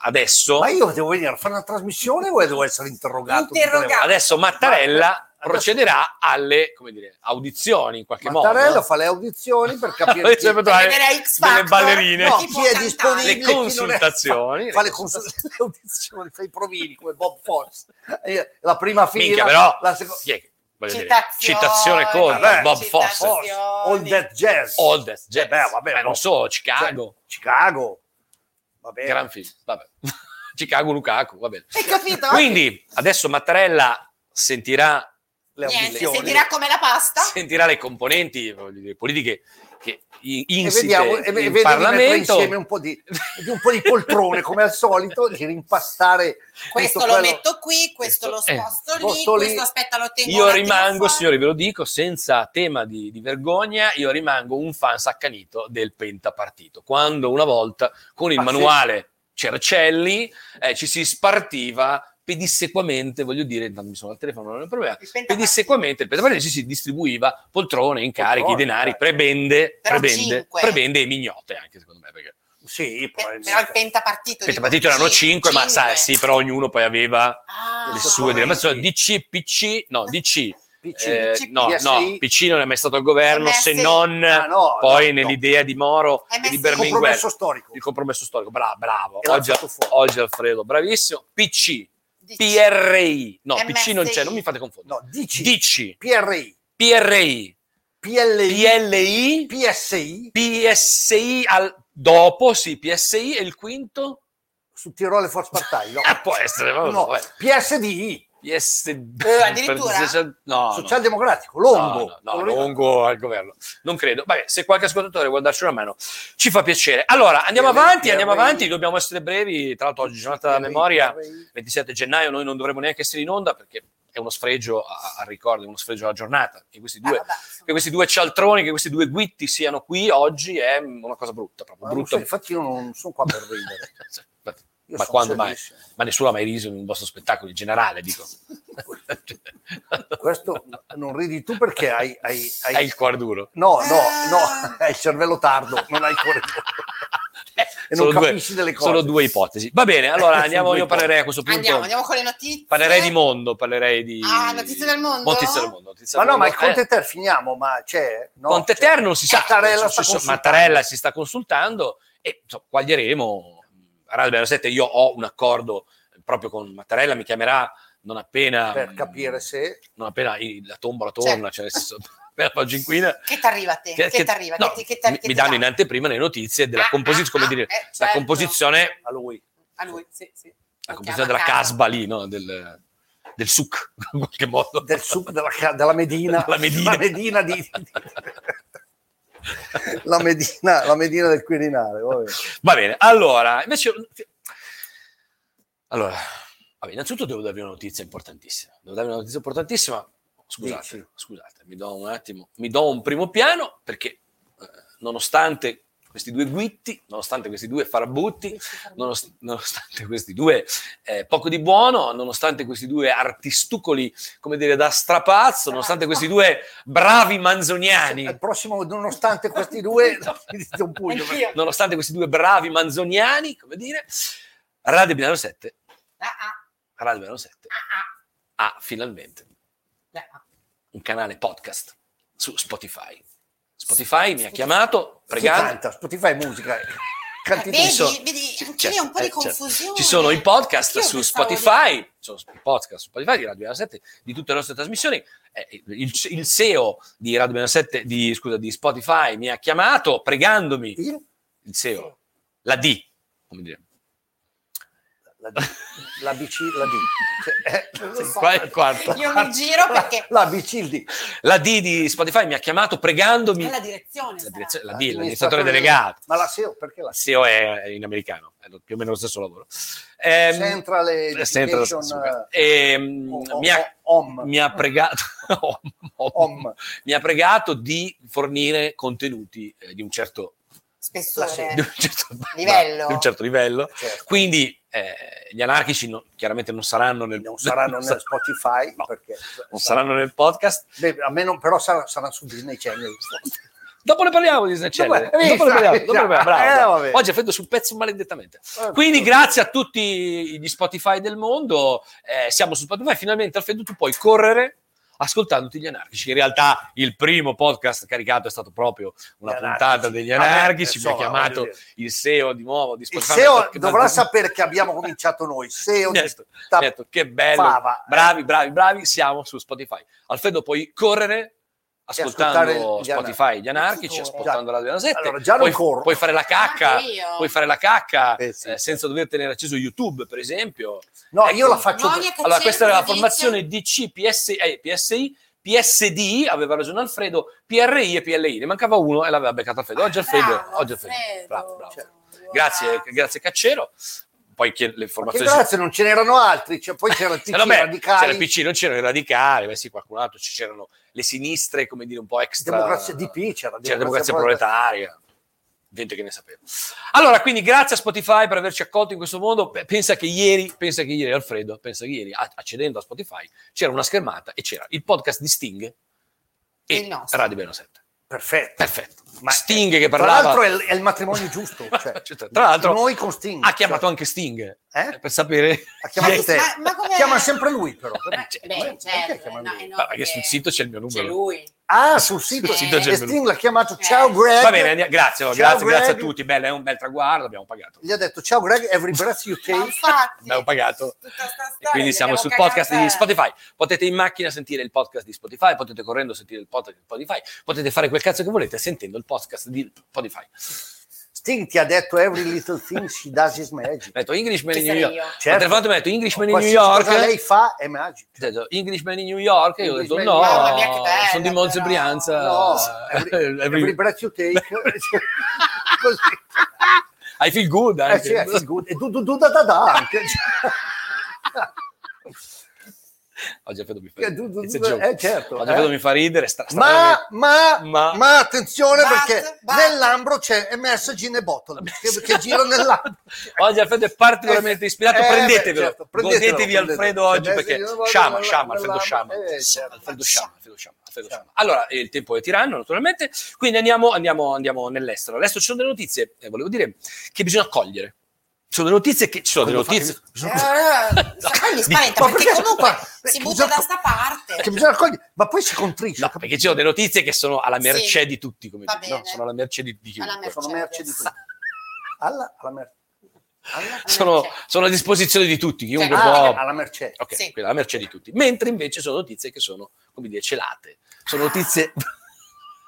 [SPEAKER 2] adesso,
[SPEAKER 1] Ma io devo venire a fare una trasmissione o devo essere interrogato? tutte le
[SPEAKER 3] Interrogato.
[SPEAKER 1] volte?
[SPEAKER 2] adesso Mattarella
[SPEAKER 1] Guarda, adesso-
[SPEAKER 2] procederà alle come dire, audizioni in qualche
[SPEAKER 1] Mattarella
[SPEAKER 2] modo.
[SPEAKER 1] fa le audizioni per capire
[SPEAKER 2] Adesso
[SPEAKER 1] chi,
[SPEAKER 2] per
[SPEAKER 1] no,
[SPEAKER 2] trovare
[SPEAKER 3] Vedere X
[SPEAKER 2] delle
[SPEAKER 3] Factor,
[SPEAKER 2] ballerine.
[SPEAKER 3] no,
[SPEAKER 1] chi
[SPEAKER 3] può
[SPEAKER 1] è
[SPEAKER 3] cantare.
[SPEAKER 1] disponibile.
[SPEAKER 2] Le
[SPEAKER 1] chi non è.
[SPEAKER 2] consultazioni.
[SPEAKER 1] Fa, fa le, consul- le audizioni, fa i provini come Bob Fox. Eh, La prima fila.
[SPEAKER 2] Minchia, però,
[SPEAKER 1] la seconda.
[SPEAKER 2] chi è che- voglio dire,
[SPEAKER 3] Citazioni.
[SPEAKER 2] citazione contro
[SPEAKER 1] Vabbè,
[SPEAKER 2] Bob
[SPEAKER 3] citazioni.
[SPEAKER 2] Foss,
[SPEAKER 1] Fox, All That Jazz.
[SPEAKER 2] Oldest, Jazz,
[SPEAKER 1] Eh beh, vabbè,
[SPEAKER 2] ma non
[SPEAKER 1] Bob-
[SPEAKER 2] so, Chicago,
[SPEAKER 1] Cioè, Chicago. Va bene.
[SPEAKER 2] gran film, vabbè. Chicago Lukaku, va bene.
[SPEAKER 3] Hai capito?
[SPEAKER 2] Quindi adesso Mattarella sentirà,
[SPEAKER 1] Le
[SPEAKER 3] Niente,
[SPEAKER 1] audizioni.
[SPEAKER 3] sentirà come la pasta.
[SPEAKER 2] sentirà le componenti voglio dire, politiche che i-
[SPEAKER 1] e
[SPEAKER 2] insite
[SPEAKER 1] vediamo e ve-
[SPEAKER 2] in
[SPEAKER 1] vedi mettere
[SPEAKER 2] Parlamento.
[SPEAKER 1] insieme un po, di, di un po' di poltrone come al solito di rimpastare
[SPEAKER 3] Questo lo
[SPEAKER 1] quello-
[SPEAKER 3] metto qui, questo lo
[SPEAKER 2] Questo- eh,
[SPEAKER 3] sposto lì,
[SPEAKER 1] sposto lì.
[SPEAKER 3] questo aspetta lo tengo. un
[SPEAKER 2] Io
[SPEAKER 3] attimo
[SPEAKER 2] rimango,
[SPEAKER 3] fuori.
[SPEAKER 2] signori, ve lo dico, senza tema di, di vergogna, io rimango un fan saccanito del pentapartito. Quando una volta con il
[SPEAKER 1] Ah, sì.
[SPEAKER 2] manuale Cercelli eh, ci si spartiva pedissequamente, voglio dire, dammi sono al telefono, non è un problema,
[SPEAKER 3] Il pentapartito.
[SPEAKER 2] pedissequamente il pentapartito ci si distribuiva poltrone, incarichi,
[SPEAKER 1] Poltrone,
[SPEAKER 2] denari,
[SPEAKER 1] eh.
[SPEAKER 2] prebende,
[SPEAKER 3] Però
[SPEAKER 2] prebende,
[SPEAKER 3] cinque.
[SPEAKER 2] prebende e mignote anche secondo me, perché
[SPEAKER 1] sì,
[SPEAKER 3] Pe-
[SPEAKER 1] probabilmente.
[SPEAKER 3] Eh, Però il pentapartito.
[SPEAKER 2] il pentapartito erano cinque, ma sai, sì, però ognuno poi aveva
[SPEAKER 3] Ah.
[SPEAKER 2] le
[SPEAKER 1] Ah.
[SPEAKER 2] sue denominazioni, DC, PC, no, DC,
[SPEAKER 1] PC.
[SPEAKER 2] eh,
[SPEAKER 3] PC.
[SPEAKER 2] no, no,
[SPEAKER 1] PSI.
[SPEAKER 2] PC non è mai stato al governo se
[SPEAKER 3] MSI.
[SPEAKER 2] non
[SPEAKER 1] Ah, no,
[SPEAKER 2] poi
[SPEAKER 1] no, no.
[SPEAKER 2] nell'idea di Moro e di
[SPEAKER 3] MSI.
[SPEAKER 2] Berlinguer.
[SPEAKER 1] compromesso storico
[SPEAKER 2] Il compromesso storico, Bra- bravo,
[SPEAKER 1] Era
[SPEAKER 2] oggi,
[SPEAKER 1] stato fuori.
[SPEAKER 2] oggi Alfredo, bravissimo. PC,
[SPEAKER 3] Dici.
[SPEAKER 2] PRI, no, PC
[SPEAKER 3] MSI.
[SPEAKER 2] non c'è, non mi fate confondere.
[SPEAKER 1] no dici
[SPEAKER 2] DC,
[SPEAKER 1] PRI
[SPEAKER 2] PRI,
[SPEAKER 1] PLI
[SPEAKER 2] PLI,
[SPEAKER 1] PSI
[SPEAKER 2] PSI al- dopo, sì, PSI e il quinto?
[SPEAKER 1] su Tirole Force Partai no,
[SPEAKER 2] Eh, può essere, vabbè,
[SPEAKER 1] No,
[SPEAKER 2] vabbè.
[SPEAKER 1] PSDI
[SPEAKER 2] PSD.
[SPEAKER 3] Eh, addirittura?
[SPEAKER 2] No, no.
[SPEAKER 1] Socialdemocratico Longo
[SPEAKER 2] No, no, no, Longo al governo. Non credo. Vabbè, se qualche ascoltatore vuol darci una mano, ci fa piacere. Allora, andiamo
[SPEAKER 1] Sì,
[SPEAKER 2] avanti,
[SPEAKER 1] sì,
[SPEAKER 2] andiamo
[SPEAKER 1] sì.
[SPEAKER 2] avanti, dobbiamo essere brevi. Tra l'altro oggi giornata della
[SPEAKER 1] PRI,
[SPEAKER 2] memoria,
[SPEAKER 1] PRI.
[SPEAKER 2] 27 gennaio, noi non dovremmo neanche essere in onda perché è uno sfregio a- al ricordo, è uno sfregio alla giornata. Che questi
[SPEAKER 3] Ah,
[SPEAKER 2] due,
[SPEAKER 3] vabbè,
[SPEAKER 2] che questi due cialtroni, che questi due guitti siano qui oggi è una cosa brutta, proprio
[SPEAKER 1] Ma non so,
[SPEAKER 2] brutta.
[SPEAKER 1] infatti io non sono qua per ridere
[SPEAKER 2] Cioè, infatti,
[SPEAKER 1] Io
[SPEAKER 2] ma
[SPEAKER 1] sono
[SPEAKER 2] quando mai?
[SPEAKER 1] serissimo.
[SPEAKER 2] Ma nessuno ha mai riso in un vostro spettacolo in generale, dico.
[SPEAKER 1] questo non ridi tu perché hai, hai- hai-
[SPEAKER 2] Hai il cuore duro.
[SPEAKER 1] no no no hai il cervello tardo non hai il cuore E non capisci delle cose.
[SPEAKER 2] Eh, Sono due ipotesi. Va bene, allora
[SPEAKER 1] Sono
[SPEAKER 2] andiamo,
[SPEAKER 1] due
[SPEAKER 2] io parlerei a questo punto.
[SPEAKER 3] Andiamo, andiamo con le notizie.
[SPEAKER 2] Parlerei di mondo, parlerei di...
[SPEAKER 3] Ah, notizie del mondo?
[SPEAKER 2] Notizie del mondo. notizie
[SPEAKER 1] ma
[SPEAKER 2] del
[SPEAKER 1] no ma il
[SPEAKER 2] mondo.
[SPEAKER 1] Conte
[SPEAKER 2] Eh,
[SPEAKER 1] Ter finiamo ma c'è no?
[SPEAKER 2] Conte
[SPEAKER 1] C'è-
[SPEAKER 2] Ter non si sa.
[SPEAKER 1] Mattarella
[SPEAKER 2] Su-
[SPEAKER 1] sta
[SPEAKER 2] su-
[SPEAKER 1] consultando.
[SPEAKER 2] Mattarella si sta consultando e insomma, quaglieremo. Radio Bella 7, io ho un accordo proprio con Mattarella, mi chiamerà non appena... mm,
[SPEAKER 1] per capire se
[SPEAKER 2] Non appena i- la tombola torna, cioè, nel senso, appena la paginquina...
[SPEAKER 3] Certo. Che t'arriva a te? Che, t'arriva?
[SPEAKER 2] no,
[SPEAKER 3] che, ti- Ah, che t'arriva?
[SPEAKER 2] mi, mi danno in anteprima le notizie della composizione, come dire, la
[SPEAKER 3] certo.
[SPEAKER 2] composizione
[SPEAKER 1] a lui
[SPEAKER 3] A lui, sì, sì.
[SPEAKER 2] la
[SPEAKER 3] Lo
[SPEAKER 2] composizione
[SPEAKER 3] chiama
[SPEAKER 2] della
[SPEAKER 3] Casa.
[SPEAKER 2] casba lì, no? del, del suc, in qualche modo.
[SPEAKER 1] del sud della, ca- della Medina,
[SPEAKER 2] Della Medina.
[SPEAKER 1] la Medina di, di- la Medina, la Medina del Quirinale. vabbè.
[SPEAKER 2] Va bene, allora, invece... Allora, vabbè, innanzitutto devo darvi una notizia importantissima. Devo darvi una notizia importantissima. Scusate,
[SPEAKER 1] Dici.
[SPEAKER 2] scusate, mi do un attimo, mi do un primo piano perché eh, nonostante questi due guitti, nonostante questi due farbutti, nonost- nonostante questi due eh, poco di buono, nonostante questi due artistucoli, come dire, da strapazzo, nonostante questi due bravi
[SPEAKER 1] Il
[SPEAKER 2] manzoniani,
[SPEAKER 1] prossimo, nonostante questi due, mi dite un pugno,
[SPEAKER 3] Anch'io.
[SPEAKER 2] nonostante questi due bravi manzoniani, come dire, Radio Milano 7,
[SPEAKER 3] Ah, ah,
[SPEAKER 2] Radio Milano 7
[SPEAKER 3] ah,
[SPEAKER 2] ha finalmente
[SPEAKER 3] ah, ah.
[SPEAKER 2] un canale podcast su Spotify. Spotify mi ha chiamato pregando.
[SPEAKER 1] canta, Spotify musica, eh. canti
[SPEAKER 3] Vedi,
[SPEAKER 1] tu.
[SPEAKER 2] sono-
[SPEAKER 3] vedi, anche
[SPEAKER 2] Cioè,
[SPEAKER 3] lì è un po' di
[SPEAKER 2] eh, cioè,
[SPEAKER 3] confusione.
[SPEAKER 2] Ci sono i podcast
[SPEAKER 3] Io
[SPEAKER 2] su
[SPEAKER 3] pensavo di-
[SPEAKER 2] Spotify, ci sono i podcast su Spotify di Radio Milano 7, di tutte le nostre trasmissioni. Eh, il, il CEO di Radio Milano 7, di, scusa, di Spotify mi ha chiamato pregandomi,
[SPEAKER 1] Il-
[SPEAKER 2] il CEO, la D, come dire,
[SPEAKER 1] la D, la BC, la D. Cioè, eh,
[SPEAKER 3] Non lo
[SPEAKER 1] sì.
[SPEAKER 3] so.
[SPEAKER 2] Qua è il quarto.
[SPEAKER 3] Io mi giro perché
[SPEAKER 1] La BC, il D.
[SPEAKER 2] La D di Spotify mi ha chiamato pregandomi.
[SPEAKER 3] è la direzione.
[SPEAKER 2] La
[SPEAKER 1] Esatto.
[SPEAKER 3] sarà.
[SPEAKER 2] direzione- la D,
[SPEAKER 1] L'amministratore
[SPEAKER 2] l'amministratore delegato.
[SPEAKER 1] Ma la SEO, perché la
[SPEAKER 2] Il CEO è è in americano, è lo- più o meno lo stesso lavoro. Ehm,
[SPEAKER 1] Central
[SPEAKER 2] eh, Central
[SPEAKER 1] Education,
[SPEAKER 2] Education.
[SPEAKER 1] eh,
[SPEAKER 2] Ehm,
[SPEAKER 1] o- o-
[SPEAKER 2] mi, ha,
[SPEAKER 1] om.
[SPEAKER 2] mi ha pregato om, om.
[SPEAKER 1] Om.
[SPEAKER 2] mi ha pregato di fornire contenuti eh, di un certo,
[SPEAKER 1] La
[SPEAKER 3] Spessore.
[SPEAKER 2] di un certo-
[SPEAKER 3] Livello.
[SPEAKER 2] di un certo livello.
[SPEAKER 1] Certo.
[SPEAKER 2] Quindi eh, gli anarchici no- chiaramente non saranno nel,
[SPEAKER 1] non saranno
[SPEAKER 2] non
[SPEAKER 1] nel
[SPEAKER 2] sa-
[SPEAKER 1] Spotify,
[SPEAKER 2] no,
[SPEAKER 1] perché
[SPEAKER 2] non saranno nel podcast.
[SPEAKER 1] Beh, a me non- però sarà- saranno su Disney Channel.
[SPEAKER 2] Dopo ne parliamo di Disney
[SPEAKER 1] Dopo-
[SPEAKER 2] Channel.
[SPEAKER 1] hai visto?
[SPEAKER 2] Dopo ne parliamo. dopo ne parliamo, bravo,
[SPEAKER 1] Eh,
[SPEAKER 2] bravo.
[SPEAKER 1] vabbè.
[SPEAKER 2] Oggi è freddo sul pezzo maledettamente.
[SPEAKER 1] Eh,
[SPEAKER 2] Quindi
[SPEAKER 1] vabbè.
[SPEAKER 2] grazie a tutti gli Spotify del mondo. eh, siamo su Spotify. Finalmente, Alfredo, tu puoi correre ascoltandoti gli anarchici. In realtà il primo podcast caricato è stato proprio una
[SPEAKER 1] Gli
[SPEAKER 2] puntata
[SPEAKER 1] anarchici.
[SPEAKER 2] degli
[SPEAKER 1] Vabbè,
[SPEAKER 2] anarchici. Mi ha
[SPEAKER 1] insomma,
[SPEAKER 2] chiamato
[SPEAKER 1] voglio dire.
[SPEAKER 2] il SEO di nuovo di
[SPEAKER 1] Il
[SPEAKER 2] Spotify. Mi ha
[SPEAKER 1] SEO
[SPEAKER 2] detto che-
[SPEAKER 1] dovrà sapere che abbiamo cominciato noi. SEO
[SPEAKER 2] Mi ha
[SPEAKER 1] di
[SPEAKER 2] detto-
[SPEAKER 1] sta
[SPEAKER 2] mi ha detto, che bello.
[SPEAKER 1] fava. eh.
[SPEAKER 2] Bravi, bravi, bravi. Siamo su Spotify. Alfredo, puoi correre
[SPEAKER 1] ascoltare
[SPEAKER 2] ascoltando
[SPEAKER 1] gli
[SPEAKER 2] Spotify, gli anarchici,
[SPEAKER 3] Corro.
[SPEAKER 2] ascoltando la 27.
[SPEAKER 1] Allora, già non
[SPEAKER 2] puoi,
[SPEAKER 1] corro.
[SPEAKER 2] puoi fare la cacca,
[SPEAKER 3] Anche io.
[SPEAKER 2] puoi fare la cacca
[SPEAKER 1] Eh, sì.
[SPEAKER 2] eh, senza dover tenere acceso YouTube, per esempio.
[SPEAKER 1] No,
[SPEAKER 2] Ecco.
[SPEAKER 1] io la faccio.
[SPEAKER 3] Noia che
[SPEAKER 2] Allora,
[SPEAKER 3] c'è,
[SPEAKER 2] questa era la
[SPEAKER 3] dice-
[SPEAKER 2] formazione DC, PS, eh, PSI, PSD, aveva ragione Alfredo, PRI e PLI, ne mancava uno e l'aveva beccata Alfredo. Oggi Alfredo,
[SPEAKER 3] Ah, Bravo,
[SPEAKER 2] oggi Alfredo.
[SPEAKER 3] Alfredo.
[SPEAKER 2] Bravo, bravo.
[SPEAKER 3] Cioè,
[SPEAKER 2] Grazie,
[SPEAKER 3] wow.
[SPEAKER 2] grazie Caccero. Poi chi- le
[SPEAKER 1] Ma che
[SPEAKER 2] formazioni...
[SPEAKER 1] grazie, non ce n'erano altri. Cioè, poi c'era il
[SPEAKER 2] Eh,
[SPEAKER 1] PC
[SPEAKER 2] vabbè, c'era
[SPEAKER 1] radicali,
[SPEAKER 2] il PC, non c'erano i radicali, beh sì, qualcun altro, ci c'erano le sinistre, come dire, un po' extra.
[SPEAKER 1] democrazia DP, c'era
[SPEAKER 2] C'era la Cioè, democrazia proletaria. Gente che ne sapeva. Allora, quindi grazie a Spotify per averci accolto in questo mondo. Pe- Pensa che ieri, pensa che ieri Alfredo, pensa che ieri a- accedendo a Spotify c'era una schermata e c'era il podcast di Sting e
[SPEAKER 3] Il nostro.
[SPEAKER 2] Radio Beno 7.
[SPEAKER 1] Perfetto.
[SPEAKER 2] Perfetto. Sting che
[SPEAKER 1] eh, Tra
[SPEAKER 2] parlava
[SPEAKER 1] l'altro è il, è il matrimonio giusto. cioè,
[SPEAKER 2] Cioè, tra l'altro
[SPEAKER 1] noi con Sting.
[SPEAKER 2] ha chiamato
[SPEAKER 1] cioè,
[SPEAKER 2] anche Sting
[SPEAKER 1] Eh?
[SPEAKER 2] eh, per sapere
[SPEAKER 1] ha chiamato
[SPEAKER 3] Ma-
[SPEAKER 1] te.
[SPEAKER 3] ma- ma com'è?
[SPEAKER 1] Chiama sempre lui, però.
[SPEAKER 2] Eh,
[SPEAKER 1] Perché
[SPEAKER 2] cioè,
[SPEAKER 3] Beh, certo,
[SPEAKER 1] chiama
[SPEAKER 3] no,
[SPEAKER 1] lui?
[SPEAKER 3] eh, no,
[SPEAKER 2] Ma perché sul sito c'è il mio
[SPEAKER 3] c'è
[SPEAKER 2] numero.
[SPEAKER 3] lui.
[SPEAKER 1] Ah, sul sito.
[SPEAKER 3] Sul sito c'è
[SPEAKER 1] e
[SPEAKER 2] il menu.
[SPEAKER 1] Sting l'ha chiamato
[SPEAKER 3] Eh.
[SPEAKER 1] Ciao Greg.
[SPEAKER 2] Va bene, andiamo- grazie,
[SPEAKER 1] Ciao,
[SPEAKER 2] grazie, grazie a
[SPEAKER 1] Greg.
[SPEAKER 2] tutti. Bello, è un bel traguardo, abbiamo pagato.
[SPEAKER 1] Gli ha detto Ciao Greg, every breath you
[SPEAKER 3] Ma
[SPEAKER 1] take.
[SPEAKER 3] infatti,
[SPEAKER 2] Abbiamo pagato.
[SPEAKER 3] tutta sta
[SPEAKER 2] E
[SPEAKER 3] storia
[SPEAKER 2] quindi
[SPEAKER 3] che
[SPEAKER 2] siamo
[SPEAKER 3] abbiamo
[SPEAKER 2] sul podcast di
[SPEAKER 3] cagato. eh.
[SPEAKER 2] Spotify. Potete in macchina sentire il podcast di Spotify, potete correndo sentire il podcast di Spotify, potete fare quel cazzo che volete sentendo il podcast di Spotify.
[SPEAKER 1] Sting ti ha detto every little thing she does is magic.
[SPEAKER 2] Ho detto Englishman
[SPEAKER 3] Chi
[SPEAKER 2] in New
[SPEAKER 3] sarei
[SPEAKER 2] York.
[SPEAKER 3] io?
[SPEAKER 2] Ho telefonato e mi ha detto Eh, Englishman in New
[SPEAKER 1] Qualsiasi
[SPEAKER 2] York. eh?
[SPEAKER 1] cosa lei
[SPEAKER 2] Ho
[SPEAKER 1] fa è magic.
[SPEAKER 2] detto Englishman in New York. E io ho detto
[SPEAKER 1] Englishman in
[SPEAKER 2] no,
[SPEAKER 1] New York.
[SPEAKER 3] Mamma mia, che bella,
[SPEAKER 2] sono di Monza e
[SPEAKER 3] però.
[SPEAKER 2] Brianza.
[SPEAKER 1] No, every,
[SPEAKER 2] Eh, Every-
[SPEAKER 1] every breath you take. Così.
[SPEAKER 2] I feel good
[SPEAKER 1] Eh,
[SPEAKER 2] anche.
[SPEAKER 1] sì, it's good. E du, du, du, da, da, da anche.
[SPEAKER 2] Oggi Alfredo mi fa
[SPEAKER 1] Eh, du, du,
[SPEAKER 2] ridere.
[SPEAKER 1] du,
[SPEAKER 2] It's a
[SPEAKER 1] du,
[SPEAKER 2] joke.
[SPEAKER 1] eh, certo,
[SPEAKER 2] Oggi Alfredo
[SPEAKER 1] eh.
[SPEAKER 2] mi fa ridere. sta- sta-
[SPEAKER 1] Ma, ma,
[SPEAKER 2] Ma-
[SPEAKER 1] ma, attenzione
[SPEAKER 3] But,
[SPEAKER 1] perché
[SPEAKER 3] but.
[SPEAKER 1] nell'ambro c'è Messaging e Bottle che, che giro nell'ambro.
[SPEAKER 2] Oggi Alfredo è particolarmente
[SPEAKER 1] Eh,
[SPEAKER 2] ispirato,
[SPEAKER 1] eh, beh,
[SPEAKER 2] prendetevelo,
[SPEAKER 1] certo, prendetelo,
[SPEAKER 2] godetevi
[SPEAKER 1] prendetelo.
[SPEAKER 2] Alfredo
[SPEAKER 1] Cioè,
[SPEAKER 2] oggi
[SPEAKER 1] beh,
[SPEAKER 2] perché
[SPEAKER 1] sì, io voglio
[SPEAKER 2] sciama,
[SPEAKER 1] nella-
[SPEAKER 2] sciama, Alfredo
[SPEAKER 1] nella-
[SPEAKER 2] sciama,
[SPEAKER 1] eh, certo.
[SPEAKER 2] Alfredo sciama, Alfredo sciama, Alfredo sciama. Allora, eh, il tempo è tiranno naturalmente, quindi andiamo, andiamo, andiamo nell'estero. Adesso ci sono delle notizie, eh, volevo dire, che bisogna cogliere. Ci sono delle notizie che... Ci sono delle
[SPEAKER 1] Quando fai-
[SPEAKER 2] notizie...
[SPEAKER 3] Eh, poi mi spaventa
[SPEAKER 1] Ma
[SPEAKER 3] perché,
[SPEAKER 1] perché-
[SPEAKER 3] comunque
[SPEAKER 1] ma-
[SPEAKER 3] si
[SPEAKER 1] che
[SPEAKER 3] butta
[SPEAKER 1] bisogna-
[SPEAKER 3] da sta parte.
[SPEAKER 1] Che bisogna raccogliere, ma poi si contrisce.
[SPEAKER 2] No,
[SPEAKER 1] capito?
[SPEAKER 2] perché ci sono delle notizie che sono alla
[SPEAKER 3] Sì.
[SPEAKER 2] mercé di tutti, come
[SPEAKER 3] Va
[SPEAKER 2] dire, no?
[SPEAKER 3] bene.
[SPEAKER 2] Sono alla mercé di, di chiunque.
[SPEAKER 3] Alla mercé.
[SPEAKER 1] Eh, sono merci di tutti. Alla, alla mer- alla-
[SPEAKER 2] Sono,
[SPEAKER 3] mercé.
[SPEAKER 2] sono a disposizione di tutti, chiunque
[SPEAKER 3] Cioè,
[SPEAKER 2] può...
[SPEAKER 1] Ah, alla mercè.
[SPEAKER 2] Ok,
[SPEAKER 3] Sì.
[SPEAKER 2] quindi alla merce di tutti. Mentre invece sono notizie che sono, come dire, celate. Sono notizie...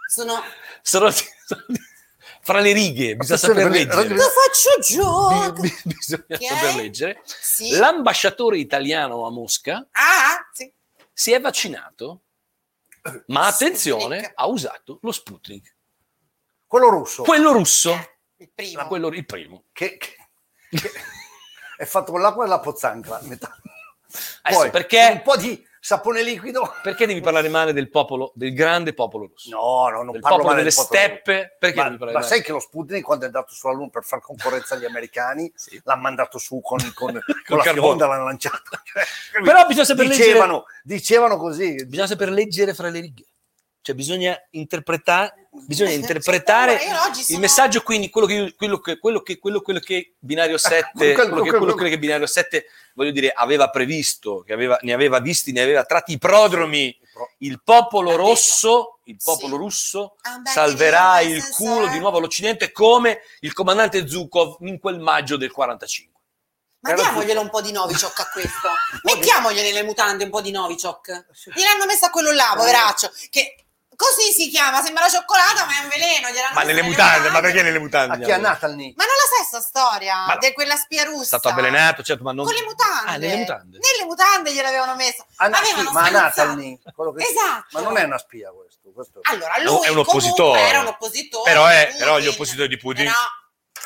[SPEAKER 3] Sono
[SPEAKER 2] sono notizie- fra le righe, bisogna
[SPEAKER 1] Attenzione,
[SPEAKER 2] saper
[SPEAKER 1] perché-
[SPEAKER 2] leggere.
[SPEAKER 3] lo faccio giù.
[SPEAKER 2] Bi- bi- bisogna
[SPEAKER 3] Ok.
[SPEAKER 2] saper leggere.
[SPEAKER 3] Sì.
[SPEAKER 2] L'ambasciatore italiano a Mosca
[SPEAKER 3] Ah, sì.
[SPEAKER 2] si è vaccinato, ma attenzione,
[SPEAKER 3] Sputnik.
[SPEAKER 2] ha usato lo Sputnik.
[SPEAKER 1] Quello russo
[SPEAKER 2] Quello russo,
[SPEAKER 3] Il primo.
[SPEAKER 2] quello il primo.
[SPEAKER 1] che, che- che- è fatto con l'acqua e la pozzanghera. a metà.
[SPEAKER 2] Adesso,
[SPEAKER 1] Poi,
[SPEAKER 2] Eh perché-
[SPEAKER 1] un po' di sapone liquido.
[SPEAKER 2] Perché devi parlare male del popolo, del grande popolo russo?
[SPEAKER 1] No, no, non
[SPEAKER 2] Del
[SPEAKER 1] parlo
[SPEAKER 2] popolo
[SPEAKER 1] male
[SPEAKER 2] delle
[SPEAKER 1] del popolo russo.
[SPEAKER 2] steppe? Perché
[SPEAKER 1] ma,
[SPEAKER 2] devi parlare
[SPEAKER 1] ma
[SPEAKER 2] male?
[SPEAKER 1] sai che lo Sputnik quando è andato sulla Luna per far concorrenza agli americani
[SPEAKER 2] Sì.
[SPEAKER 1] l'ha mandato su con, con- con
[SPEAKER 2] Col
[SPEAKER 1] la
[SPEAKER 2] carbone.
[SPEAKER 1] fionda l'hanno lanciata Cioè,
[SPEAKER 2] Però bisogna saper leggere...
[SPEAKER 1] dicevano, dicevano così
[SPEAKER 2] bisogna saper leggere fra le righe. Cioè, bisogna interpretare, bisogna
[SPEAKER 3] Sì,
[SPEAKER 2] interpretare
[SPEAKER 3] guarda, io oggi
[SPEAKER 2] il
[SPEAKER 3] sono-
[SPEAKER 2] messaggio, quindi quello che, io- quello che, quello che, quello, quello che binario 7,
[SPEAKER 1] Ah, Quello-
[SPEAKER 2] quello che,
[SPEAKER 1] quello-
[SPEAKER 2] quello che binario 7, voglio dire, aveva previsto, che aveva, ne aveva visti, ne aveva tratti i prodromi, il popolo
[SPEAKER 3] Ha detto.
[SPEAKER 2] rosso, il popolo
[SPEAKER 3] Sì.
[SPEAKER 2] russo
[SPEAKER 3] Andate
[SPEAKER 2] salverà
[SPEAKER 3] lì,
[SPEAKER 2] il
[SPEAKER 3] nel
[SPEAKER 2] culo
[SPEAKER 3] senso, eh.
[SPEAKER 2] di nuovo all'Occidente come il comandante Zukov in quel maggio del 45.
[SPEAKER 3] Ma
[SPEAKER 1] Era
[SPEAKER 3] diamoglielo un po' di Novichok a questo.
[SPEAKER 1] eh,
[SPEAKER 2] Eh.
[SPEAKER 3] Mettiamogli nelle mutande un po' di Novichok. Gliel'hanno messa a quello là, poveraccio. Che Così si chiama, sembra la cioccolata, ma è un veleno. gliel'hanno
[SPEAKER 2] Ma
[SPEAKER 3] messa
[SPEAKER 2] nelle mutande, ma perché nelle
[SPEAKER 1] A
[SPEAKER 2] mutande?
[SPEAKER 1] Ah, chi è Natal Nick?
[SPEAKER 3] Ma non la sai sta storia
[SPEAKER 2] Ma-
[SPEAKER 3] di quella spia russa?
[SPEAKER 2] È stato avvelenato, certo, ma non...
[SPEAKER 3] Con le mutande.
[SPEAKER 2] Ah, nelle mutande.
[SPEAKER 3] Nelle mutande gliel'avevano messa.
[SPEAKER 1] A Na- Ah, sì,
[SPEAKER 3] Avevano
[SPEAKER 1] ma a
[SPEAKER 3] sferzata.
[SPEAKER 1] Natal Nick, quello che-
[SPEAKER 3] Esatto. Ah,
[SPEAKER 1] Ma non è una spia questo. questo-
[SPEAKER 3] Allora, lui
[SPEAKER 2] No, è un oppositore.
[SPEAKER 3] comunque era un oppositore.
[SPEAKER 2] Però è-
[SPEAKER 3] di
[SPEAKER 2] però gli
[SPEAKER 3] Putin.
[SPEAKER 2] oppositori di Putin-
[SPEAKER 3] Però-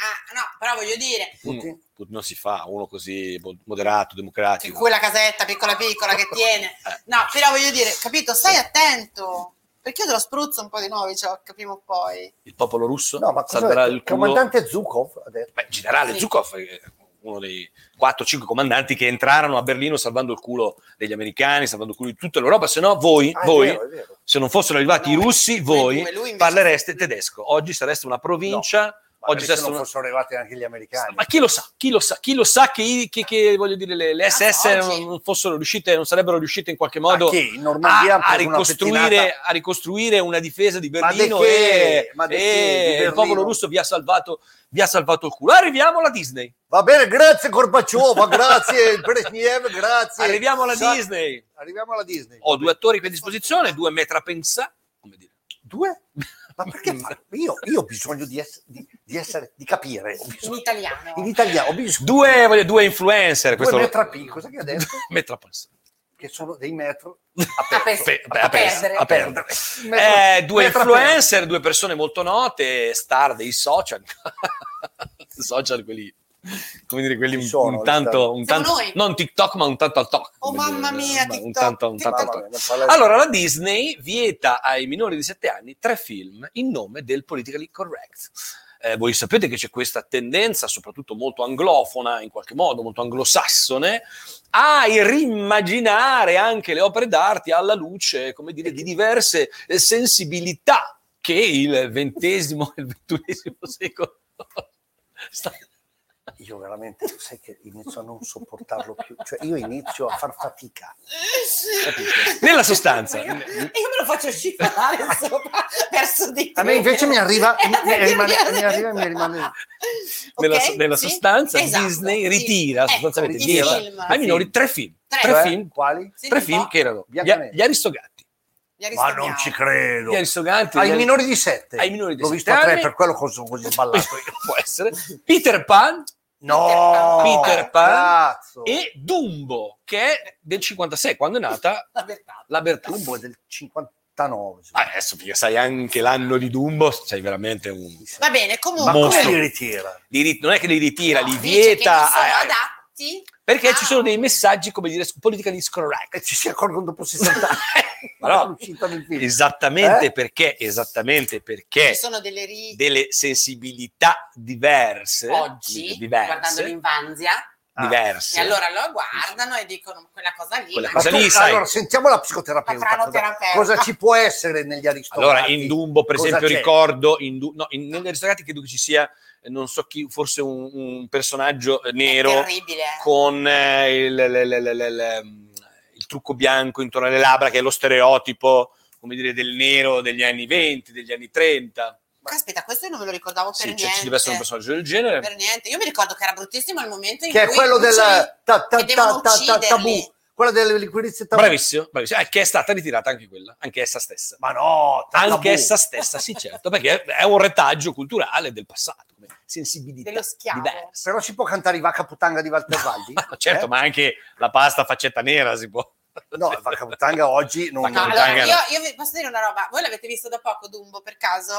[SPEAKER 3] Ah, no, però voglio dire,
[SPEAKER 2] Uno- non si fa, uno così mo- moderato,
[SPEAKER 3] che
[SPEAKER 2] democratico.
[SPEAKER 3] quella casetta piccola piccola che tiene.
[SPEAKER 2] Eh.
[SPEAKER 3] No, però voglio dire, capito, stai attento. Perché io te lo spruzzo un po' di Novichok prima o poi.
[SPEAKER 2] Il popolo russo
[SPEAKER 1] No, ma cosa
[SPEAKER 2] salverà
[SPEAKER 1] ha detto?
[SPEAKER 2] il culo.
[SPEAKER 1] comandante Zukov ha detto.
[SPEAKER 2] Beh, il generale
[SPEAKER 3] Sì.
[SPEAKER 2] Zhukov è uno dei 4-5 comandanti che entrarono a Berlino salvando il culo degli americani, salvando il culo di tutta l'Europa, se no voi,
[SPEAKER 1] Ah, è
[SPEAKER 2] voi
[SPEAKER 1] vero, è vero.
[SPEAKER 2] se non fossero arrivati
[SPEAKER 3] No,
[SPEAKER 2] i russi,
[SPEAKER 3] voi
[SPEAKER 2] voi
[SPEAKER 3] due, lui invece-
[SPEAKER 2] parlereste tedesco. Oggi sareste una provincia,
[SPEAKER 1] Ma
[SPEAKER 2] oggi
[SPEAKER 1] perché se
[SPEAKER 2] sareste
[SPEAKER 1] non
[SPEAKER 2] una...
[SPEAKER 1] fossero arrivati anche gli americani.
[SPEAKER 2] Ma chi lo sa, chi lo sa, chi lo sa che, i- che- che, voglio dire, le,
[SPEAKER 1] Ah,
[SPEAKER 2] le SS
[SPEAKER 3] so, oggi-
[SPEAKER 2] non, non fossero riuscite, non sarebbero riuscite in qualche
[SPEAKER 1] Ma
[SPEAKER 2] modo
[SPEAKER 1] che in Normandia
[SPEAKER 2] a,
[SPEAKER 1] hanno
[SPEAKER 2] a
[SPEAKER 1] preso una
[SPEAKER 2] ricostruire,
[SPEAKER 1] pettinata?
[SPEAKER 2] a ricostruire una difesa di
[SPEAKER 1] Ma di
[SPEAKER 2] Berlino
[SPEAKER 1] che?
[SPEAKER 2] e,
[SPEAKER 1] Ma di
[SPEAKER 2] e
[SPEAKER 1] che? Di
[SPEAKER 2] il
[SPEAKER 1] Berlino?
[SPEAKER 2] popolo russo vi ha salvato, vi ha salvato il culo. Arriviamo alla Disney,
[SPEAKER 1] Va bene, grazie Gorbaciova, grazie Brezhnev, grazie.
[SPEAKER 2] arriviamo alla
[SPEAKER 1] Sa-
[SPEAKER 2] Disney.
[SPEAKER 1] Arriviamo alla Disney.
[SPEAKER 2] Ho due attori qui a disposizione, due metrapensa, come dire.
[SPEAKER 1] Due? Ma perché fa- io, io ho bisogno di, ess- di, di essere di capire, ho
[SPEAKER 3] In
[SPEAKER 1] bisogno-
[SPEAKER 3] italiano.
[SPEAKER 1] in italiano ho bisogno
[SPEAKER 2] Due, voglio, due influencer.
[SPEAKER 1] due
[SPEAKER 2] questo-
[SPEAKER 1] metro P, cosa che ha detto?
[SPEAKER 2] Metrapensa.
[SPEAKER 1] che sono dei metro
[SPEAKER 3] A pe-
[SPEAKER 2] Pe-
[SPEAKER 3] a
[SPEAKER 2] a pers-
[SPEAKER 3] perdere.
[SPEAKER 2] a perdere. Eh, due influencer, due persone molto note, star dei social, social quelli, come dire, quelli
[SPEAKER 1] Chi
[SPEAKER 2] un,
[SPEAKER 1] sono
[SPEAKER 2] un
[SPEAKER 1] le
[SPEAKER 2] tanto, un
[SPEAKER 3] Siamo
[SPEAKER 2] tanto-
[SPEAKER 3] noi.
[SPEAKER 2] non TikTok ma un tanto al toc.
[SPEAKER 3] Oh,
[SPEAKER 2] come dire,
[SPEAKER 3] mamma mia,
[SPEAKER 2] ma un
[SPEAKER 3] TikTok,
[SPEAKER 2] tanto, un tanto al
[SPEAKER 3] TikTok.
[SPEAKER 2] toc. Allora la Disney vieta ai minori di 7 anni tre film in nome del politically correct. Eh, voi sapete che c'è questa tendenza, soprattutto molto anglofona in qualche modo, molto anglosassone, a rimmaginare anche le opere d'arte alla luce, come dire, di diverse eh, sensibilità che il ventesimo e il ventunesimo secolo sta-
[SPEAKER 1] io veramente sai che inizio a non sopportarlo più, cioè io inizio a far fatica.
[SPEAKER 2] Nella sostanza.
[SPEAKER 3] Io, io me lo faccio scivolare sopra, verso di te.
[SPEAKER 1] A me invece mi arriva
[SPEAKER 3] Eh,
[SPEAKER 1] mi, mi
[SPEAKER 3] perché
[SPEAKER 1] rimane,
[SPEAKER 3] non
[SPEAKER 1] mi
[SPEAKER 3] mi
[SPEAKER 1] arriva e
[SPEAKER 3] ha
[SPEAKER 1] mi
[SPEAKER 3] detto?
[SPEAKER 1] rimane
[SPEAKER 2] nella,
[SPEAKER 3] Ok,
[SPEAKER 2] nella
[SPEAKER 3] sì,
[SPEAKER 2] sostanza
[SPEAKER 3] esatto,
[SPEAKER 2] Disney
[SPEAKER 3] sì.
[SPEAKER 2] ritira
[SPEAKER 3] Ecco,
[SPEAKER 2] sostanzialmente
[SPEAKER 3] i
[SPEAKER 2] dietro
[SPEAKER 3] film.
[SPEAKER 2] ai minori tre film,
[SPEAKER 3] Tre.
[SPEAKER 2] tre
[SPEAKER 1] Cioè,
[SPEAKER 2] film,
[SPEAKER 1] quali?
[SPEAKER 3] Sì,
[SPEAKER 2] tre
[SPEAKER 3] un
[SPEAKER 2] film
[SPEAKER 3] po'.
[SPEAKER 2] che erano gli,
[SPEAKER 1] Bianca e nero.
[SPEAKER 2] gli Aristogatti,
[SPEAKER 3] Gli ha
[SPEAKER 1] Ma
[SPEAKER 3] risparmiato.
[SPEAKER 1] non ci credo.
[SPEAKER 2] gli Aristogatti
[SPEAKER 1] Ai
[SPEAKER 2] gli-
[SPEAKER 1] minori di 7.
[SPEAKER 2] ai minori di
[SPEAKER 1] L'ho
[SPEAKER 2] sette
[SPEAKER 1] visto a 3
[SPEAKER 2] anni.
[SPEAKER 1] per quello che sono così sballato io.
[SPEAKER 2] può essere Peter Pan
[SPEAKER 1] No!
[SPEAKER 2] Peter Pan
[SPEAKER 1] Cazzo.
[SPEAKER 2] e Dumbo che è del 56 quando è nata
[SPEAKER 3] La verità.
[SPEAKER 2] la Bertà
[SPEAKER 1] Dumbo è del 59.
[SPEAKER 2] Ah, adesso perché sai anche l'anno di Dumbo sei veramente un
[SPEAKER 3] Va bene,
[SPEAKER 1] Ma
[SPEAKER 3] comunque.
[SPEAKER 1] come
[SPEAKER 2] Mostro.
[SPEAKER 1] li ritira?
[SPEAKER 2] li ri- non è che li ritira, li
[SPEAKER 3] dice che non
[SPEAKER 2] vieta
[SPEAKER 3] sono
[SPEAKER 2] eh,
[SPEAKER 3] adatti.
[SPEAKER 2] perché
[SPEAKER 3] Ah.
[SPEAKER 2] ci sono dei messaggi come dire politica di scorrect
[SPEAKER 1] E ci si accorgono dopo 60 anni.
[SPEAKER 2] Ma no.
[SPEAKER 1] Dall'uscita del film.
[SPEAKER 2] esattamente
[SPEAKER 1] Eh?
[SPEAKER 2] perché esattamente perché
[SPEAKER 3] Ci sono delle righe
[SPEAKER 2] delle sensibilità diverse
[SPEAKER 3] oggi, guardando
[SPEAKER 2] diverse,
[SPEAKER 3] l'infanzia,
[SPEAKER 1] Ah.
[SPEAKER 2] diverse.
[SPEAKER 3] e allora lo guardano e dicono quella cosa lì.
[SPEAKER 2] Quella
[SPEAKER 3] ma-
[SPEAKER 1] Ma
[SPEAKER 2] cosa
[SPEAKER 1] tu-
[SPEAKER 2] lì, sai.
[SPEAKER 1] Allora, sentiamo la psicoterapeuta.
[SPEAKER 3] La
[SPEAKER 1] cosa,
[SPEAKER 3] franoterapeuta.
[SPEAKER 1] cosa ci può essere negli aristocratici?
[SPEAKER 2] Allora, in Dumbo per
[SPEAKER 1] Cosa
[SPEAKER 2] esempio
[SPEAKER 1] c'è?
[SPEAKER 2] ricordo in Du- no, in- negli aristocratici credo che ci sia eh, non so chi forse un, un personaggio eh,
[SPEAKER 3] è
[SPEAKER 2] nero
[SPEAKER 3] terribile.
[SPEAKER 2] con eh, il, le- le- le- le- le- mm, il trucco bianco intorno alle labbra che è lo stereotipo come dire del nero degli anni 20 degli anni 30
[SPEAKER 3] Caspita, questo io non me lo ricordavo Oh, per
[SPEAKER 2] sì,
[SPEAKER 3] niente.
[SPEAKER 2] cioè, ci deve essere un personaggio del genere
[SPEAKER 3] Per niente. Io mi ricordo che era bruttissimo il momento in
[SPEAKER 1] Che è
[SPEAKER 3] cui
[SPEAKER 1] quello del
[SPEAKER 3] uccidi-
[SPEAKER 1] ta- ta-
[SPEAKER 3] che devono
[SPEAKER 1] ta- ta- ta-
[SPEAKER 3] ucciderli.
[SPEAKER 1] tabù. Quella delle liquirizze tabù.
[SPEAKER 2] bravissimo bravissimo Eh, che è stata ritirata anche quella anche essa stessa
[SPEAKER 1] Ma no, ta- tabù.
[SPEAKER 2] anche essa stessa, sì, certo, perché è un retaggio culturale del passato, come sensibilità
[SPEAKER 3] Dello schiavo.
[SPEAKER 2] diverse.
[SPEAKER 1] Però si può cantare i Vacca Putanga di Walter Valdi?
[SPEAKER 2] Ma certo,
[SPEAKER 1] Eh?
[SPEAKER 2] ma anche la pasta faccetta nera si può.
[SPEAKER 1] No, il Vacca Putanga oggi non...
[SPEAKER 2] Vacca
[SPEAKER 3] No,
[SPEAKER 2] Putanga.
[SPEAKER 3] allora, io, io vi posso dire una roba. Voi l'avete visto da poco Dumbo per caso?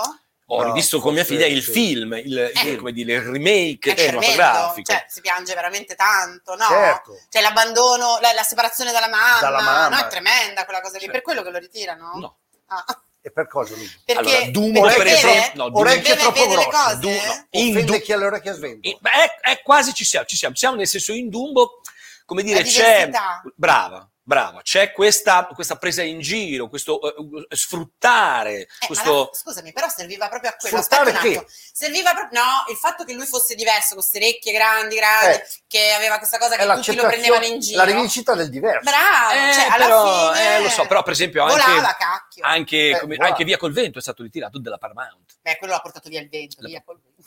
[SPEAKER 2] Ho
[SPEAKER 1] No,
[SPEAKER 2] rivisto con mia
[SPEAKER 1] forse
[SPEAKER 2] figlia il
[SPEAKER 1] sì.
[SPEAKER 2] film, il, il-
[SPEAKER 3] Eh.
[SPEAKER 2] come dire, il remake
[SPEAKER 3] È tremendo,
[SPEAKER 2] cinematografico.
[SPEAKER 3] Cioè, si piange veramente tanto, no?
[SPEAKER 1] Certo.
[SPEAKER 3] Cioè l'abbandono, la, la separazione dalla mamma,
[SPEAKER 1] Dalla mamma.
[SPEAKER 3] no? È tremenda quella cosa lì.
[SPEAKER 2] Certo.
[SPEAKER 3] Per quello che lo ritirano?
[SPEAKER 2] No.
[SPEAKER 3] Ah,
[SPEAKER 1] E per cosa? lui?
[SPEAKER 3] perché
[SPEAKER 2] Allora, Dumbo,
[SPEAKER 3] perché
[SPEAKER 1] per
[SPEAKER 3] vede-
[SPEAKER 1] esempio-
[SPEAKER 2] no, Dumbo-
[SPEAKER 1] Orecchie
[SPEAKER 3] Deve
[SPEAKER 1] troppo
[SPEAKER 3] vedere le
[SPEAKER 1] grosse.
[SPEAKER 3] cose? Eh,
[SPEAKER 1] Du-
[SPEAKER 2] no, in
[SPEAKER 1] Offende
[SPEAKER 2] Du-
[SPEAKER 1] chi alle orecchie sventola.
[SPEAKER 2] Eh, beh, è, è quasi ci siamo, ci siamo, siamo nel senso in Dumbo, come dire,
[SPEAKER 3] La
[SPEAKER 2] c'è
[SPEAKER 3] diversità.
[SPEAKER 2] brava, brava, c'è questa, questa presa in giro, questo eh, sfruttare,
[SPEAKER 3] Eh, ma
[SPEAKER 2] questo
[SPEAKER 3] la- scusami, però serviva proprio a quello. Aspetta
[SPEAKER 1] Sfruttare
[SPEAKER 3] un attimo. Serviva proprio. No, il fatto che lui fosse diverso, con queste orecchie grandi, grandi,
[SPEAKER 1] Eh.
[SPEAKER 3] che aveva questa cosa Ah,
[SPEAKER 1] È
[SPEAKER 3] che tutti lo
[SPEAKER 1] l'accettazione-
[SPEAKER 3] prendevano in giro.
[SPEAKER 1] La rivincita del diverso.
[SPEAKER 3] Bravo,
[SPEAKER 2] Eh,
[SPEAKER 3] cioè, alla
[SPEAKER 2] però,
[SPEAKER 3] fine
[SPEAKER 2] eh, lo so, però per esempio anche Ah.
[SPEAKER 3] volava cacchio.
[SPEAKER 2] anche,
[SPEAKER 1] Eh,
[SPEAKER 2] come-
[SPEAKER 1] guarda.
[SPEAKER 2] anche via col vento è stato ritirato dalla Paramount.
[SPEAKER 3] Beh, quello l'ha portato via il vento,
[SPEAKER 2] La-
[SPEAKER 3] via col vento.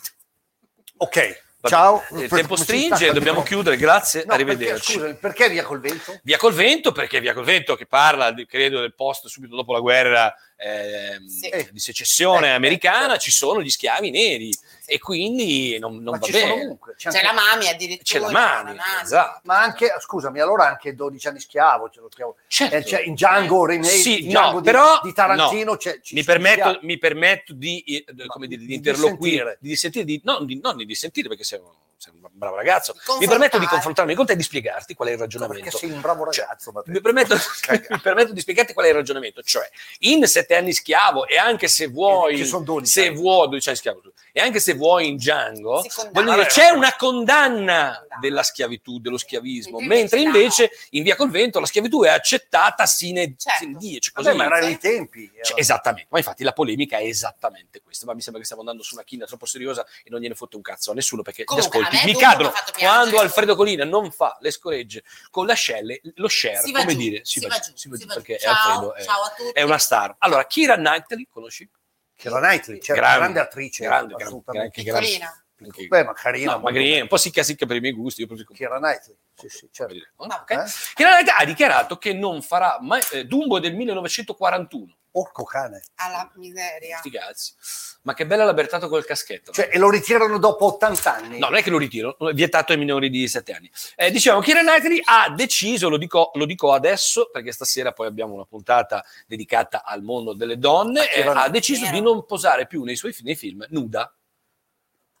[SPEAKER 1] Ok,
[SPEAKER 2] Va
[SPEAKER 1] ciao.
[SPEAKER 2] bene. il
[SPEAKER 1] Per-
[SPEAKER 2] Eh, tempo
[SPEAKER 1] mi si
[SPEAKER 2] stringe,
[SPEAKER 1] stacca
[SPEAKER 2] dobbiamo
[SPEAKER 1] il microfono.
[SPEAKER 2] chiudere, grazie,
[SPEAKER 1] No,
[SPEAKER 2] arrivederci.
[SPEAKER 1] Perché, scusami, perché via col vento?
[SPEAKER 2] Via col vento, perché Via col vento che parla, di- credo, del post subito dopo la guerra ehm,
[SPEAKER 3] Sì.
[SPEAKER 1] Eh.
[SPEAKER 2] di secessione
[SPEAKER 1] Eh,
[SPEAKER 2] americana
[SPEAKER 1] eh.
[SPEAKER 2] ci sono gli schiavi neri e quindi non, non
[SPEAKER 1] ma
[SPEAKER 2] va
[SPEAKER 1] ci
[SPEAKER 2] bene.
[SPEAKER 1] sono ovunque. C'è
[SPEAKER 3] C'è la
[SPEAKER 1] anche-
[SPEAKER 3] mami addirittura.
[SPEAKER 2] C'è la mani, esatto.
[SPEAKER 1] ma anche, scusami, allora anche 12 anni schiavo, ce lo chiamo.
[SPEAKER 2] Certo.
[SPEAKER 1] Eh, c'è in Django remake
[SPEAKER 2] Sì,
[SPEAKER 1] in Django
[SPEAKER 2] no,
[SPEAKER 1] di,
[SPEAKER 2] però-
[SPEAKER 1] di Tarantino c'è, ci-
[SPEAKER 2] mi
[SPEAKER 1] ci
[SPEAKER 2] permetto,
[SPEAKER 1] siamo.
[SPEAKER 2] mi permetto di, eh, come dire, di
[SPEAKER 1] di
[SPEAKER 2] interloquire,
[SPEAKER 1] dissentire.
[SPEAKER 2] di dissentire, di, non, di, non di dissentire perché sei un, sei un bravo ragazzo, mi
[SPEAKER 3] Confrontare.
[SPEAKER 2] permetto di confrontarmi con te e di spiegarti qual è il
[SPEAKER 1] Ecco perché
[SPEAKER 2] ragionamento.
[SPEAKER 1] sei un bravo
[SPEAKER 2] Cioè,
[SPEAKER 1] ragazzo ma Cioè, te-
[SPEAKER 2] mi permetto,
[SPEAKER 1] Cagata.
[SPEAKER 2] mi permetto di spiegarti qual è il ragionamento, cioè in sette anni schiavo e anche se vuoi,
[SPEAKER 1] Che sono 12
[SPEAKER 2] se
[SPEAKER 1] anni.
[SPEAKER 2] vuoi, 12 anni schiavo, e anche se vuoi in Django,
[SPEAKER 3] Si condanna.
[SPEAKER 2] voglio dire,
[SPEAKER 1] Allora,
[SPEAKER 2] c'è una condanna della schiavitù, dello schiavismo, mentre
[SPEAKER 3] Mentre
[SPEAKER 2] invece in Via col vento la schiavitù è accettata sine,
[SPEAKER 3] Certo.
[SPEAKER 2] sine die, cioè
[SPEAKER 1] Vabbè,
[SPEAKER 2] così.
[SPEAKER 1] ma erano
[SPEAKER 3] sì.
[SPEAKER 1] i tempi eh,
[SPEAKER 2] Cioè,
[SPEAKER 1] era-
[SPEAKER 2] esattamente, ma infatti la polemica è esattamente questa, ma mi sembra che stiamo andando su una china troppo seriosa e non gliene fotte un cazzo a nessuno perché gli
[SPEAKER 3] Comunque,
[SPEAKER 2] ascolti
[SPEAKER 3] a me
[SPEAKER 2] mi
[SPEAKER 3] Dumbo mi ha
[SPEAKER 2] cadono.
[SPEAKER 3] fatto piangere.
[SPEAKER 2] Quando Alfredo Colina non fa le scoregge con la scelle, lo share,
[SPEAKER 3] Si va
[SPEAKER 2] certo, come
[SPEAKER 3] giù,
[SPEAKER 2] dire,
[SPEAKER 3] si va giù,
[SPEAKER 2] si va
[SPEAKER 3] si
[SPEAKER 2] giù,
[SPEAKER 3] va giù.
[SPEAKER 2] perché
[SPEAKER 3] Ciao,
[SPEAKER 2] Alfredo è,
[SPEAKER 3] ciao a tutti.
[SPEAKER 2] è una star. Allora, Kira Knightley, conosci?
[SPEAKER 1] che cioè, era Knightley c'era
[SPEAKER 2] esatto. Grande,
[SPEAKER 1] una grande attrice
[SPEAKER 2] grande,
[SPEAKER 1] assolutamente
[SPEAKER 2] grande, grande.
[SPEAKER 3] Piccolina.
[SPEAKER 2] Anche-
[SPEAKER 1] Beh, ma carina
[SPEAKER 2] Eh, no,
[SPEAKER 1] molto
[SPEAKER 2] magrina,
[SPEAKER 1] bella.
[SPEAKER 2] un po' sicca sicca per i miei gusti. Io proprio-
[SPEAKER 1] che era Knightley sì, sì, certo.
[SPEAKER 2] Ah, ok.
[SPEAKER 1] Eh?
[SPEAKER 2] Kira Knightley ha dichiarato che non farà mai eh, Dumbo è del 1941.
[SPEAKER 1] Orco cane
[SPEAKER 3] Alla miseria.
[SPEAKER 2] Sti cazzi. Ma che bella la Bertato col caschetto. no?
[SPEAKER 1] cioè, e lo ritirano dopo 80 anni
[SPEAKER 2] No, non è che lo ritiro, è vietato ai minori di 7 anni. Eh, diciamo, Kira Knightley ha deciso, lo dico, lo dico adesso, perché stasera poi abbiamo una puntata dedicata al mondo delle donne, eh,
[SPEAKER 1] Kira
[SPEAKER 2] ha
[SPEAKER 1] Knightley.
[SPEAKER 2] deciso
[SPEAKER 3] Vero.
[SPEAKER 2] di non posare più nei suoi fi- nei film nuda,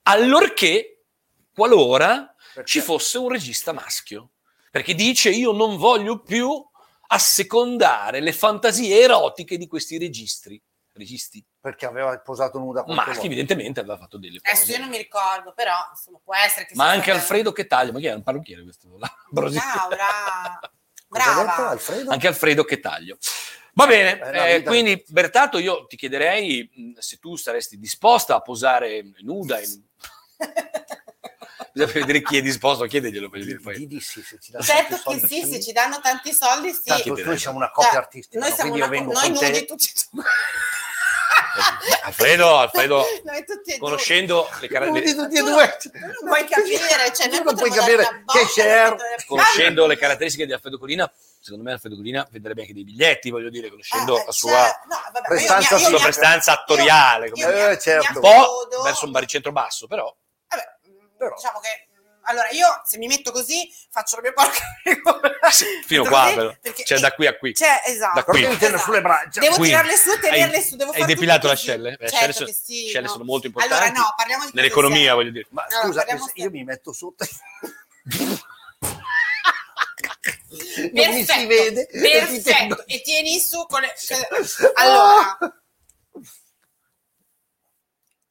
[SPEAKER 2] allorché, qualora
[SPEAKER 1] Perché-
[SPEAKER 2] ci fosse un regista maschio, perché dice io non voglio più assecondare le fantasie erotiche di questi registri. Registi
[SPEAKER 1] perché aveva posato nuda qualche
[SPEAKER 2] maschi,
[SPEAKER 1] volta.
[SPEAKER 2] evidentemente, aveva fatto delle
[SPEAKER 3] Adesso Eh, io non mi ricordo, però insomma, può essere che
[SPEAKER 2] ma
[SPEAKER 3] sia
[SPEAKER 2] anche
[SPEAKER 3] stata-
[SPEAKER 2] Alfredo che taglia, ma chi è un parrucchiere questo? Brosi.
[SPEAKER 3] Laura.
[SPEAKER 1] Cosa ha detto,
[SPEAKER 3] Brava.
[SPEAKER 1] Alfredo?
[SPEAKER 2] Anche Alfredo che taglio. Va
[SPEAKER 1] Eh,
[SPEAKER 2] bene,
[SPEAKER 1] no,
[SPEAKER 2] eh,
[SPEAKER 1] mi dai.
[SPEAKER 2] quindi Bertato io ti chiederei mh, se tu saresti disposta a posare nuda. in- Bisogna vedere chi è disposto, chiederglielo. voglio dire, poi.
[SPEAKER 1] Di- di sì, se ci danno
[SPEAKER 3] Certo
[SPEAKER 1] tanti
[SPEAKER 3] che
[SPEAKER 1] soldi,
[SPEAKER 3] sì, se ci danno tanti soldi, sì.
[SPEAKER 1] Tanto
[SPEAKER 2] Sì.
[SPEAKER 1] noi siamo una
[SPEAKER 3] Cioè,
[SPEAKER 1] coppia artistica
[SPEAKER 3] noi
[SPEAKER 1] no?
[SPEAKER 3] siamo
[SPEAKER 1] quindi
[SPEAKER 3] una
[SPEAKER 1] io vengo
[SPEAKER 3] co- noi
[SPEAKER 1] con te
[SPEAKER 3] nudi tutti e due.
[SPEAKER 2] Eh, Alfredo, Alfredo,
[SPEAKER 3] Noi tutti e due.
[SPEAKER 2] conoscendo le cara- le-
[SPEAKER 1] Nudi tutti e
[SPEAKER 3] Tu non-
[SPEAKER 1] due.
[SPEAKER 3] tu non puoi capire, cioè, noi
[SPEAKER 1] Tu non puoi
[SPEAKER 3] potremmo dare
[SPEAKER 1] capire
[SPEAKER 3] una botta
[SPEAKER 1] che share
[SPEAKER 3] rispetto alle-
[SPEAKER 2] conoscendo le caratteristiche di Alfredo Colina, secondo me Alfredo Colina venderebbe anche dei biglietti, voglio dire, conoscendo
[SPEAKER 3] Eh,
[SPEAKER 2] la
[SPEAKER 3] cioè,
[SPEAKER 2] sua...
[SPEAKER 3] no, vabbè, ma io-
[SPEAKER 1] prestanza
[SPEAKER 3] io- io
[SPEAKER 1] sulla
[SPEAKER 3] mi-
[SPEAKER 2] prestanza
[SPEAKER 3] io-
[SPEAKER 2] attoriale,
[SPEAKER 3] io
[SPEAKER 2] come-
[SPEAKER 3] mi-
[SPEAKER 1] Eh,
[SPEAKER 3] mi
[SPEAKER 1] certo.
[SPEAKER 2] un
[SPEAKER 3] approdo-
[SPEAKER 2] po' verso un baricentro basso, però
[SPEAKER 3] Vabbè, mh,
[SPEAKER 1] Però-
[SPEAKER 3] diciamo che mh, allora io se mi metto così faccio la mia porca figura.
[SPEAKER 2] Sì, fino
[SPEAKER 3] Metto
[SPEAKER 2] qua,
[SPEAKER 3] così,
[SPEAKER 2] però.
[SPEAKER 3] Ah, perché-
[SPEAKER 2] Cioè, da qui a qui.
[SPEAKER 3] Cioè, esatto.
[SPEAKER 2] Da qui.
[SPEAKER 1] Devi tenere
[SPEAKER 3] Esatto.
[SPEAKER 1] sulle cioè, braccia.
[SPEAKER 3] Devo
[SPEAKER 2] Qui.
[SPEAKER 3] tirarle su, tenerle
[SPEAKER 2] Hai-
[SPEAKER 3] su, devo
[SPEAKER 2] hai
[SPEAKER 3] fare
[SPEAKER 2] depilato
[SPEAKER 3] tutto
[SPEAKER 2] la
[SPEAKER 3] così.
[SPEAKER 2] scelle? Le
[SPEAKER 3] Certo
[SPEAKER 2] scelle sono-
[SPEAKER 3] che sì,
[SPEAKER 2] scelle
[SPEAKER 3] no.
[SPEAKER 2] sono molto
[SPEAKER 3] Allora
[SPEAKER 2] importanti
[SPEAKER 3] no, parliamo di cose
[SPEAKER 2] nell'economia,
[SPEAKER 3] serie.
[SPEAKER 2] voglio dire.
[SPEAKER 1] Ma
[SPEAKER 3] No,
[SPEAKER 1] scusa,
[SPEAKER 3] parliamo
[SPEAKER 1] io
[SPEAKER 3] sempre.
[SPEAKER 1] mi metto sotto. non mi
[SPEAKER 3] Perfetto,
[SPEAKER 1] si vede.
[SPEAKER 3] perfetto. E tieni su con le... cioè,
[SPEAKER 1] Ah.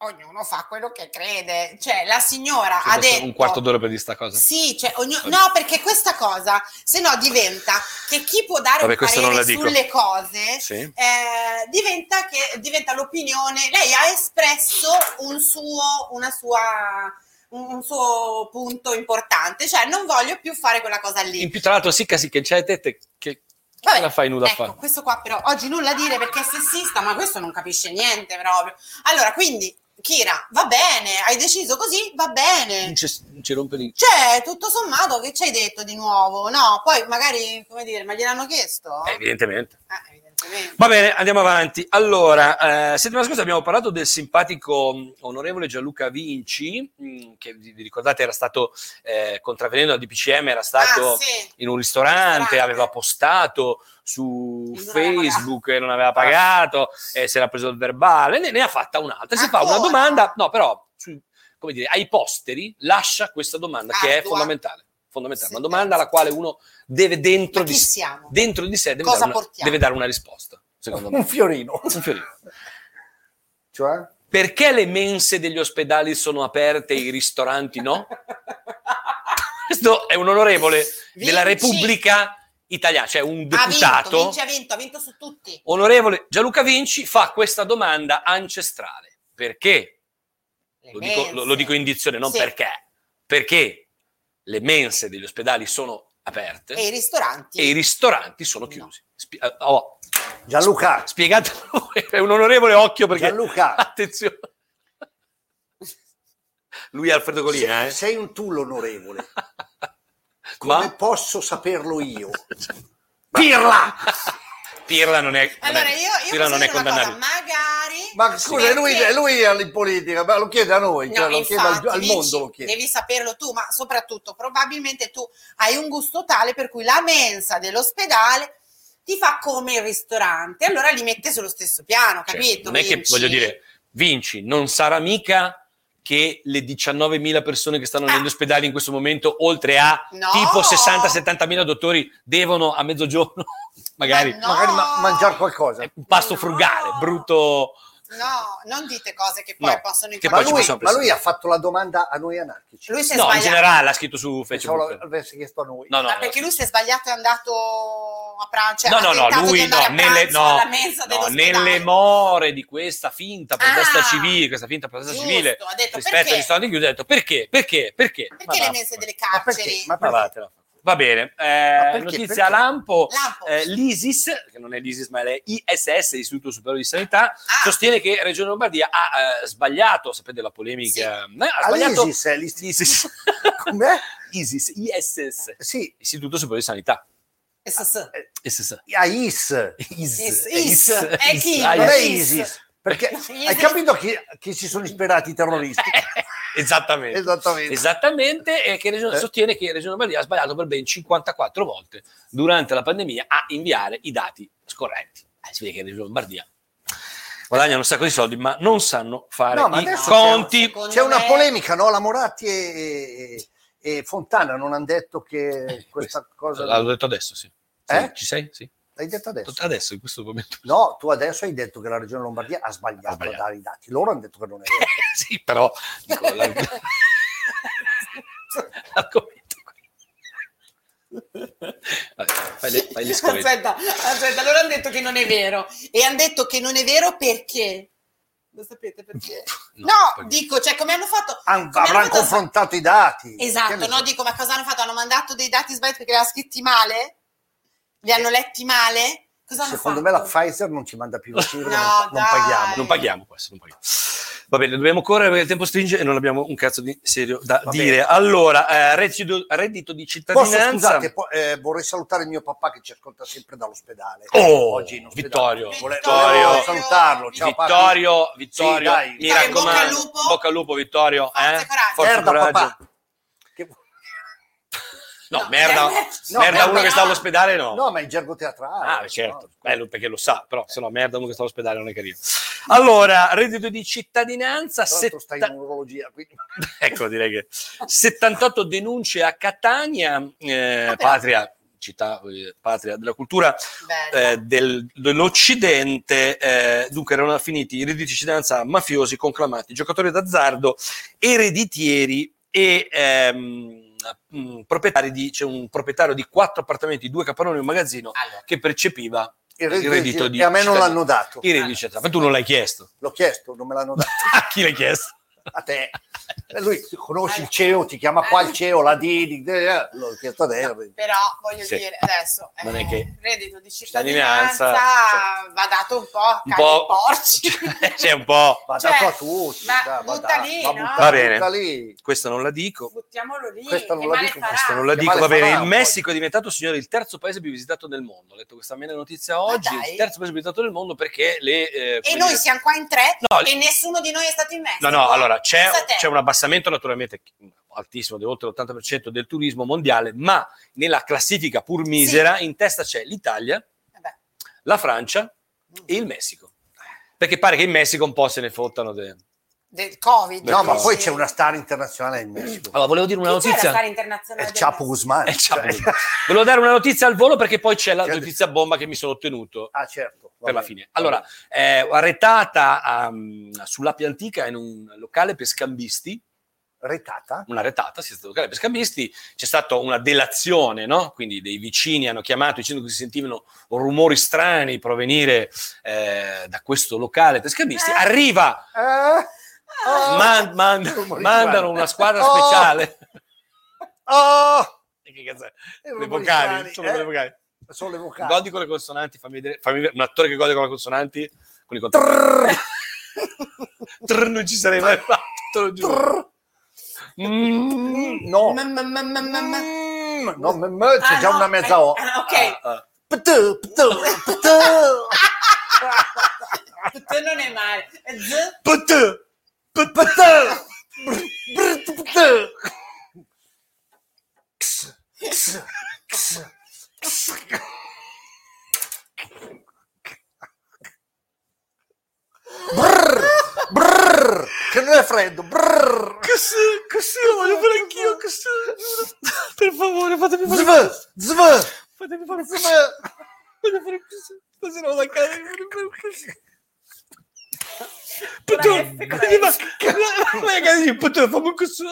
[SPEAKER 3] Allora, ognuno fa quello che crede. Cioè, la signora ha
[SPEAKER 2] Adesso
[SPEAKER 3] detto...
[SPEAKER 2] un quarto d'ora per dire sta cosa?
[SPEAKER 3] Sì, cioè, ognu- no, perché questa cosa, se no diventa che chi può dare
[SPEAKER 2] Vabbè,
[SPEAKER 3] un
[SPEAKER 2] questo non la
[SPEAKER 3] parere
[SPEAKER 2] dico.
[SPEAKER 3] sulle cose
[SPEAKER 2] Sì.
[SPEAKER 3] eh, diventa, che, diventa l'opinione. Lei ha espresso un suo, una sua, un un suo punto importante, cioè non voglio più fare quella cosa lì.
[SPEAKER 2] In più, tra l'altro, sicca sì che c'è te, te che
[SPEAKER 3] Vabbè,
[SPEAKER 2] la fai nuda a
[SPEAKER 3] ecco,
[SPEAKER 2] fare.
[SPEAKER 3] questo qua però oggi nulla dire perché è sessista, ma questo non capisce niente proprio. Allora, quindi, Kira, va bene, hai deciso così, va bene.
[SPEAKER 1] Mm.
[SPEAKER 2] Non ci, non ci rompe lì.
[SPEAKER 3] Cioè, tutto sommato, che ci hai detto di nuovo? No, poi magari, come dire, ma gliel'hanno chiesto?
[SPEAKER 2] Eh, evidentemente.
[SPEAKER 3] Ah, evidentemente.
[SPEAKER 2] Va bene, andiamo avanti. Allora, eh, settimana scorsa abbiamo parlato del simpatico mh, onorevole Gianluca Vinci, mh, che vi vi ricordate era stato, eh, contravvenendo al DPCM, era stato
[SPEAKER 3] Ah, sì.
[SPEAKER 2] in un ristorante,
[SPEAKER 3] Ristorante.
[SPEAKER 2] aveva postato su
[SPEAKER 3] Non aveva
[SPEAKER 2] Facebook e non
[SPEAKER 3] Ah.
[SPEAKER 2] aveva pagato Eh, e si era preso il verbale, ne, ne ha fatta un'altra. Si fa
[SPEAKER 3] Ancora?
[SPEAKER 2] una domanda, no, però, su- come dire, ai posteri lascia questa domanda che è
[SPEAKER 3] Ardua.
[SPEAKER 2] fondamentale. Fondamentale,
[SPEAKER 3] Sì. eh.
[SPEAKER 2] una domanda alla quale uno deve dentro
[SPEAKER 3] Ma
[SPEAKER 2] di
[SPEAKER 3] chi
[SPEAKER 2] sé
[SPEAKER 3] siamo?
[SPEAKER 2] dentro di sé deve,
[SPEAKER 3] Cosa
[SPEAKER 2] dare una,
[SPEAKER 3] portiamo?
[SPEAKER 2] deve dare una risposta, secondo
[SPEAKER 1] Un
[SPEAKER 2] me.
[SPEAKER 1] fiorino.
[SPEAKER 2] Un fiorino.
[SPEAKER 1] Cioè?
[SPEAKER 2] Perché le mense degli ospedali sono aperte e i ristoranti no? Questo è un onorevole della
[SPEAKER 3] Vinci.
[SPEAKER 2] Repubblica Italiana, cioè un
[SPEAKER 3] Ha
[SPEAKER 2] deputato.
[SPEAKER 3] vinto, Vinci ha vinto, ha vinto su tutti.
[SPEAKER 2] Onorevole Gianluca Vinci fa questa domanda ancestrale. Perché?
[SPEAKER 3] Le
[SPEAKER 2] Lo dico,
[SPEAKER 3] mense.
[SPEAKER 2] lo- lo dico in dizione, non
[SPEAKER 3] Sì.
[SPEAKER 2] perché. Perché le mense degli ospedali sono aperte
[SPEAKER 3] E i ristoranti.
[SPEAKER 2] e i ristoranti sono
[SPEAKER 3] No.
[SPEAKER 2] chiusi. Spi- oh,
[SPEAKER 1] Gianluca,
[SPEAKER 2] spiegatelo voi, è un onorevole occhio perché
[SPEAKER 1] Gianluca,
[SPEAKER 2] attenzione lui è Alfredo Colina eh.
[SPEAKER 1] sei un tu l'onorevole. Come
[SPEAKER 2] ma
[SPEAKER 1] posso saperlo io? Pirla!
[SPEAKER 2] Pirla non è, non
[SPEAKER 3] Allora
[SPEAKER 2] è-
[SPEAKER 3] io, io
[SPEAKER 2] Pirla
[SPEAKER 3] posso
[SPEAKER 2] non è
[SPEAKER 3] dire una cosa,
[SPEAKER 2] condannabile.
[SPEAKER 3] magari...
[SPEAKER 1] Ma scusa, lui,
[SPEAKER 3] perché-
[SPEAKER 1] lui è in politica, ma lo chiede a noi,
[SPEAKER 3] No,
[SPEAKER 1] cioè, lo chiede al,
[SPEAKER 3] infatti,
[SPEAKER 1] al
[SPEAKER 3] dici,
[SPEAKER 1] mondo, lo chiede.
[SPEAKER 3] Devi saperlo tu, ma soprattutto probabilmente tu hai un gusto tale per cui la mensa dell'ospedale ti fa come il ristorante, allora li mette sullo stesso piano,
[SPEAKER 2] Cioè,
[SPEAKER 3] capito?
[SPEAKER 2] non è che
[SPEAKER 3] Vinci.
[SPEAKER 2] voglio dire, Vinci non sarà mica che le 19.000 persone che stanno negli
[SPEAKER 3] Ah.
[SPEAKER 2] ospedali in questo momento, oltre a
[SPEAKER 3] No.
[SPEAKER 2] tipo 60-70.000 dottori, devono a mezzogiorno magari
[SPEAKER 3] Ma no.
[SPEAKER 1] Magari ma- mangiare qualcosa.
[SPEAKER 2] un pasto
[SPEAKER 3] No.
[SPEAKER 2] frugale, brutto.
[SPEAKER 3] No, non dite cose che poi
[SPEAKER 2] No,
[SPEAKER 3] possono
[SPEAKER 2] che
[SPEAKER 1] Ma
[SPEAKER 2] poi ci
[SPEAKER 1] lui,
[SPEAKER 2] possiamo
[SPEAKER 1] ma lui
[SPEAKER 2] pensare.
[SPEAKER 1] ha fatto la domanda a noi anarchici.
[SPEAKER 3] Lui si è
[SPEAKER 2] No, in
[SPEAKER 3] sbagliato.
[SPEAKER 2] generale ha scritto su
[SPEAKER 1] Pensavo
[SPEAKER 2] Facebook.
[SPEAKER 1] l'avesse chiesto a noi.
[SPEAKER 2] No, no,
[SPEAKER 3] Ma perché lui si è sbagliato e è andato a pranzo.
[SPEAKER 2] no,
[SPEAKER 3] cioè,
[SPEAKER 2] no,
[SPEAKER 3] ha
[SPEAKER 2] no,
[SPEAKER 3] tentato di
[SPEAKER 2] lui
[SPEAKER 3] andare
[SPEAKER 2] no,
[SPEAKER 3] a
[SPEAKER 2] nelle,
[SPEAKER 3] pranzo
[SPEAKER 2] no,
[SPEAKER 3] alla mensa
[SPEAKER 2] no,
[SPEAKER 3] dell'ospedale.
[SPEAKER 2] nelle more di questa finta protesta
[SPEAKER 3] Ah.
[SPEAKER 2] civile, questa finta protesta
[SPEAKER 3] Giusto,
[SPEAKER 2] civile
[SPEAKER 3] ha detto
[SPEAKER 2] rispetto
[SPEAKER 3] perché?
[SPEAKER 2] agli ristoranti chiusi, ho detto perché, perché, perché?
[SPEAKER 3] Perché le
[SPEAKER 2] va-
[SPEAKER 3] mense delle
[SPEAKER 1] Ma
[SPEAKER 3] carceri?
[SPEAKER 1] perché? Ma
[SPEAKER 2] Ma
[SPEAKER 1] perché?
[SPEAKER 2] vattene. Va bene, eh,
[SPEAKER 1] Ma perché?
[SPEAKER 2] notizia
[SPEAKER 1] Perché?
[SPEAKER 2] a lampo.
[SPEAKER 3] Lampo.
[SPEAKER 2] Eh, L'ISIS, che non è l'ISIS ma è l'ISS, l'Istituto Superiore di Sanità,
[SPEAKER 3] Ah.
[SPEAKER 2] sostiene che Regione Lombardia ha eh, sbagliato, sapete la polemica, eh, ha sbagliato
[SPEAKER 1] All'ISIS, eh, l'ist-
[SPEAKER 2] l'ISIS,
[SPEAKER 1] Com'è?
[SPEAKER 2] ISIS, ISS,
[SPEAKER 1] Sì,
[SPEAKER 2] Istituto Superiore di Sanità,
[SPEAKER 3] SS.
[SPEAKER 2] ISS.
[SPEAKER 1] AIS.
[SPEAKER 2] Is,
[SPEAKER 3] Is-
[SPEAKER 2] is,
[SPEAKER 3] is, è chi?
[SPEAKER 2] ah,
[SPEAKER 1] Non è
[SPEAKER 2] is.
[SPEAKER 3] ISIS.
[SPEAKER 1] ISIS. Perché
[SPEAKER 3] ISIS.
[SPEAKER 1] hai capito che, che si sono ispirati i terroristi?
[SPEAKER 2] Esattamente.
[SPEAKER 1] Esattamente.
[SPEAKER 2] Esattamente, e che Regione-
[SPEAKER 1] Eh.
[SPEAKER 2] sostiene che Regione Lombardia ha sbagliato per ben 54 volte durante la pandemia a inviare i dati scorretti. Eh, si vede che Regione Lombardia guadagnano un sacco di soldi, ma non sanno fare
[SPEAKER 1] No, ma
[SPEAKER 2] i
[SPEAKER 1] adesso
[SPEAKER 2] conti.
[SPEAKER 3] Secondo
[SPEAKER 1] C'è una
[SPEAKER 3] me-
[SPEAKER 1] polemica, no? La Moratti e, e- e Fontana non hanno detto
[SPEAKER 2] Eh,
[SPEAKER 1] che questa cosa...
[SPEAKER 2] L'ho detto adesso, sì.
[SPEAKER 1] Eh?
[SPEAKER 2] Sì, Ci sei? Sì.
[SPEAKER 1] L'hai detto adesso?
[SPEAKER 2] Adesso, in questo momento.
[SPEAKER 1] No, tu adesso hai detto che la regione Lombardia ha sbagliato,
[SPEAKER 2] Ha sbagliato.
[SPEAKER 1] a dare i dati. Loro hanno detto che non è vero.
[SPEAKER 2] Eh, sì, però... dico, la- l'argomento qui. Vabbè, fai le, fai le scorrette.
[SPEAKER 3] aspetta, aspetta, loro hanno detto che non è vero e hanno detto che non è vero perché lo sapete perché?
[SPEAKER 2] No,
[SPEAKER 3] No,
[SPEAKER 2] poi-
[SPEAKER 3] dico, cioè come hanno fatto
[SPEAKER 1] Han-
[SPEAKER 3] come hanno
[SPEAKER 1] avranno
[SPEAKER 3] fatto a-
[SPEAKER 1] confrontato i dati. Ah, Che
[SPEAKER 3] Esatto,
[SPEAKER 1] ne
[SPEAKER 3] no,
[SPEAKER 1] so.
[SPEAKER 3] dico, ma cosa hanno fatto? Hanno mandato dei dati sbagliati perché li hanno scritti male? Li hanno letti male? Cosa hanno
[SPEAKER 1] Secondo me
[SPEAKER 3] fatto?
[SPEAKER 1] la Pfizer non ci manda più la cifra,
[SPEAKER 3] No,
[SPEAKER 1] non, non
[SPEAKER 3] dai.
[SPEAKER 1] paghiamo.
[SPEAKER 2] Non paghiamo questo, non paghiamo. Va bene, dobbiamo correre perché il tempo stringe e non abbiamo un cazzo di serio da
[SPEAKER 1] Va bene.
[SPEAKER 2] dire. Allora, eh, reddito, reddito di
[SPEAKER 1] Posso,
[SPEAKER 2] cittadinanza.
[SPEAKER 1] scusate, po- eh, vorrei salutare il mio papà che ci ascolta sempre dall'ospedale.
[SPEAKER 2] Oh,
[SPEAKER 1] Oggi in ospedale.
[SPEAKER 2] Vittorio,
[SPEAKER 1] Vole-
[SPEAKER 2] Vittorio.
[SPEAKER 1] volevo salutarlo. Ciao, papi.
[SPEAKER 2] Vittorio, Vittorio,
[SPEAKER 1] Sì, dai.
[SPEAKER 2] mi
[SPEAKER 1] Dai,
[SPEAKER 2] raccomando,
[SPEAKER 1] bocca al
[SPEAKER 3] lupo.
[SPEAKER 2] Bocca al lupo, Vittorio,
[SPEAKER 3] Forza
[SPEAKER 2] eh?
[SPEAKER 3] e coraggio.
[SPEAKER 2] Forza e
[SPEAKER 1] Merda,
[SPEAKER 2] coraggio.
[SPEAKER 1] papà. Che-
[SPEAKER 2] No,
[SPEAKER 3] No,
[SPEAKER 2] merda,
[SPEAKER 3] merda.
[SPEAKER 1] No,
[SPEAKER 2] merda
[SPEAKER 1] merda
[SPEAKER 2] uno che
[SPEAKER 1] no.
[SPEAKER 2] sta all'ospedale no.
[SPEAKER 1] No, ma è in gergo teatrale.
[SPEAKER 2] Ah, beh, certo,
[SPEAKER 1] no?
[SPEAKER 2] bello perché lo sa, però se no merda uno che sta all'ospedale non è carino. Allora, reddito di cittadinanza,
[SPEAKER 1] Tra l'altro stai
[SPEAKER 2] setta-
[SPEAKER 1] in urologia, quindi...
[SPEAKER 2] ecco direi che 78 denunce a Catania, eh,
[SPEAKER 3] Vabbè.
[SPEAKER 2] patria, città, eh, patria della cultura
[SPEAKER 3] Bello.
[SPEAKER 2] eh, del- dell'Occidente, eh, dunque erano finiti i redditi di cittadinanza mafiosi, conclamati, giocatori d'azzardo, ereditieri e ehm, mh, proprietari di, c'è un proprietario di quattro appartamenti, due capannoni e un magazzino
[SPEAKER 3] Allora,
[SPEAKER 2] che percepiva
[SPEAKER 1] Il reddito,
[SPEAKER 2] Il reddito di
[SPEAKER 1] e a me non
[SPEAKER 2] cittadinanza.
[SPEAKER 1] l'hanno dato.
[SPEAKER 2] i redditi di cittadinanza. Ma tu non l'hai chiesto.
[SPEAKER 1] L'ho chiesto, non me l'hanno dato.
[SPEAKER 2] A chi l'hai chiesto?
[SPEAKER 1] A te. E Lui conosci il CEO, ti chiama qua il CEO, la Didi, eh, l'ho chiesto a te.
[SPEAKER 3] però voglio
[SPEAKER 2] Sì.
[SPEAKER 3] dire adesso
[SPEAKER 2] Non
[SPEAKER 3] eh,
[SPEAKER 2] è che-
[SPEAKER 3] reddito di
[SPEAKER 2] Cittadinanza,
[SPEAKER 3] cittadinanza va dato un po' a
[SPEAKER 2] Un
[SPEAKER 3] cani
[SPEAKER 2] po'.
[SPEAKER 3] e porci.
[SPEAKER 2] C'è un po'.
[SPEAKER 1] Va
[SPEAKER 3] Cioè,
[SPEAKER 1] dato a tutti.
[SPEAKER 3] ma
[SPEAKER 1] dai, va
[SPEAKER 3] butta
[SPEAKER 1] dato,
[SPEAKER 3] lì,
[SPEAKER 1] va
[SPEAKER 3] no?
[SPEAKER 1] buttato,
[SPEAKER 2] Va bene.
[SPEAKER 1] butta lì.
[SPEAKER 2] Questa non la dico.
[SPEAKER 3] Buttiamolo lì.
[SPEAKER 1] Questo non
[SPEAKER 3] che
[SPEAKER 1] lo
[SPEAKER 3] male
[SPEAKER 1] dico,
[SPEAKER 3] farà?
[SPEAKER 1] questo
[SPEAKER 2] Non la
[SPEAKER 1] Che
[SPEAKER 2] dico,
[SPEAKER 1] male
[SPEAKER 2] va bene.
[SPEAKER 1] farà
[SPEAKER 2] Il
[SPEAKER 1] un
[SPEAKER 2] Messico è diventato, signori, il terzo paese più visitato del mondo. Ho letto questa mia notizia oggi.
[SPEAKER 3] dai.
[SPEAKER 2] Il terzo paese più visitato del mondo perché le. eh,
[SPEAKER 3] E
[SPEAKER 2] come
[SPEAKER 3] noi
[SPEAKER 2] dire-
[SPEAKER 3] siamo qua in tre
[SPEAKER 2] No,
[SPEAKER 3] e nessuno di noi è stato in Messico.
[SPEAKER 2] No, no, allora c'è,
[SPEAKER 3] Pensa te.
[SPEAKER 2] c'è un abbassamento naturalmente altissimo, di oltre l'80% del turismo mondiale, ma nella classifica pur misera in testa c'è l'Italia,
[SPEAKER 3] Vabbè.
[SPEAKER 2] la Francia e il Messico. Perché pare che in Messico un po' se ne fottano. de-
[SPEAKER 3] del Covid.
[SPEAKER 1] No, ma
[SPEAKER 2] Sì.
[SPEAKER 1] poi c'è una star internazionale in Messico.
[SPEAKER 2] Allora, volevo dire una
[SPEAKER 3] Chi c'è da
[SPEAKER 2] notizia.
[SPEAKER 3] fare internazionale
[SPEAKER 1] È
[SPEAKER 3] del
[SPEAKER 1] Chapo
[SPEAKER 3] Messico?
[SPEAKER 1] Guzman.
[SPEAKER 2] Eh, ciao.
[SPEAKER 1] Cioè-
[SPEAKER 2] Volevo dare una notizia al volo perché poi c'è la
[SPEAKER 1] Cioè-
[SPEAKER 2] notizia bomba che mi sono ottenuto.
[SPEAKER 1] ah, certo. va
[SPEAKER 2] per la
[SPEAKER 1] bene.
[SPEAKER 2] fine. Allora, eh, arretata ehm, sulla Pia Antica in un locale per scambisti,
[SPEAKER 1] Retata.
[SPEAKER 2] una retata, si è stato locale per scambisti, c'è stata una delazione, no? Quindi dei vicini hanno chiamato dicendo che si sentivano rumori strani provenire eh, da questo locale per scambisti.
[SPEAKER 3] Eh.
[SPEAKER 2] Arriva,
[SPEAKER 1] Eh,
[SPEAKER 3] Ah,
[SPEAKER 1] Oh.
[SPEAKER 2] man- man-
[SPEAKER 1] Rumori
[SPEAKER 2] mandano
[SPEAKER 1] strani.
[SPEAKER 2] una squadra
[SPEAKER 1] Oh.
[SPEAKER 2] speciale.
[SPEAKER 1] oh!
[SPEAKER 2] Che cazzo è?
[SPEAKER 1] Eh,
[SPEAKER 2] Le
[SPEAKER 1] rumori
[SPEAKER 2] vocali,
[SPEAKER 1] strani,
[SPEAKER 2] sono
[SPEAKER 1] eh?
[SPEAKER 2] le vocali.
[SPEAKER 1] Sono le vocali.
[SPEAKER 2] Godi con le consonanti, fammi vedere, fammi vedere un attore che gode con le consonanti, con i contorni.
[SPEAKER 1] Trrr,
[SPEAKER 2] Trrr, non ci sarei mai fatto, te lo giuro.
[SPEAKER 1] trrr.
[SPEAKER 2] Mm.
[SPEAKER 1] No.
[SPEAKER 3] mm, mm, mm, mm, mm.
[SPEAKER 1] Mm, No, me- me- c'è
[SPEAKER 3] Ah,
[SPEAKER 1] già
[SPEAKER 3] no,
[SPEAKER 1] una mezza
[SPEAKER 3] eh,
[SPEAKER 1] O.
[SPEAKER 3] ah, ok.
[SPEAKER 2] Ah, ah.
[SPEAKER 1] Ptù, ptù, ptù.
[SPEAKER 2] Ah.
[SPEAKER 3] Tutto non è male. Eh, Z,
[SPEAKER 1] Ptù, p- ptù, br- br- ptù. X, x, x, x. Brr, brr, che non è freddo. Brr.
[SPEAKER 2] Così, così lo voglio fare anch'io, così. Per favore, fatemi fare
[SPEAKER 1] Zv, zv,
[SPEAKER 2] Fatemi fare così.
[SPEAKER 1] zv.
[SPEAKER 2] Fatemi fare così. Così non la cade. Fatemi fare così.
[SPEAKER 3] Con la F, con la
[SPEAKER 2] Puttana, vai a casa di puttana, fammi così.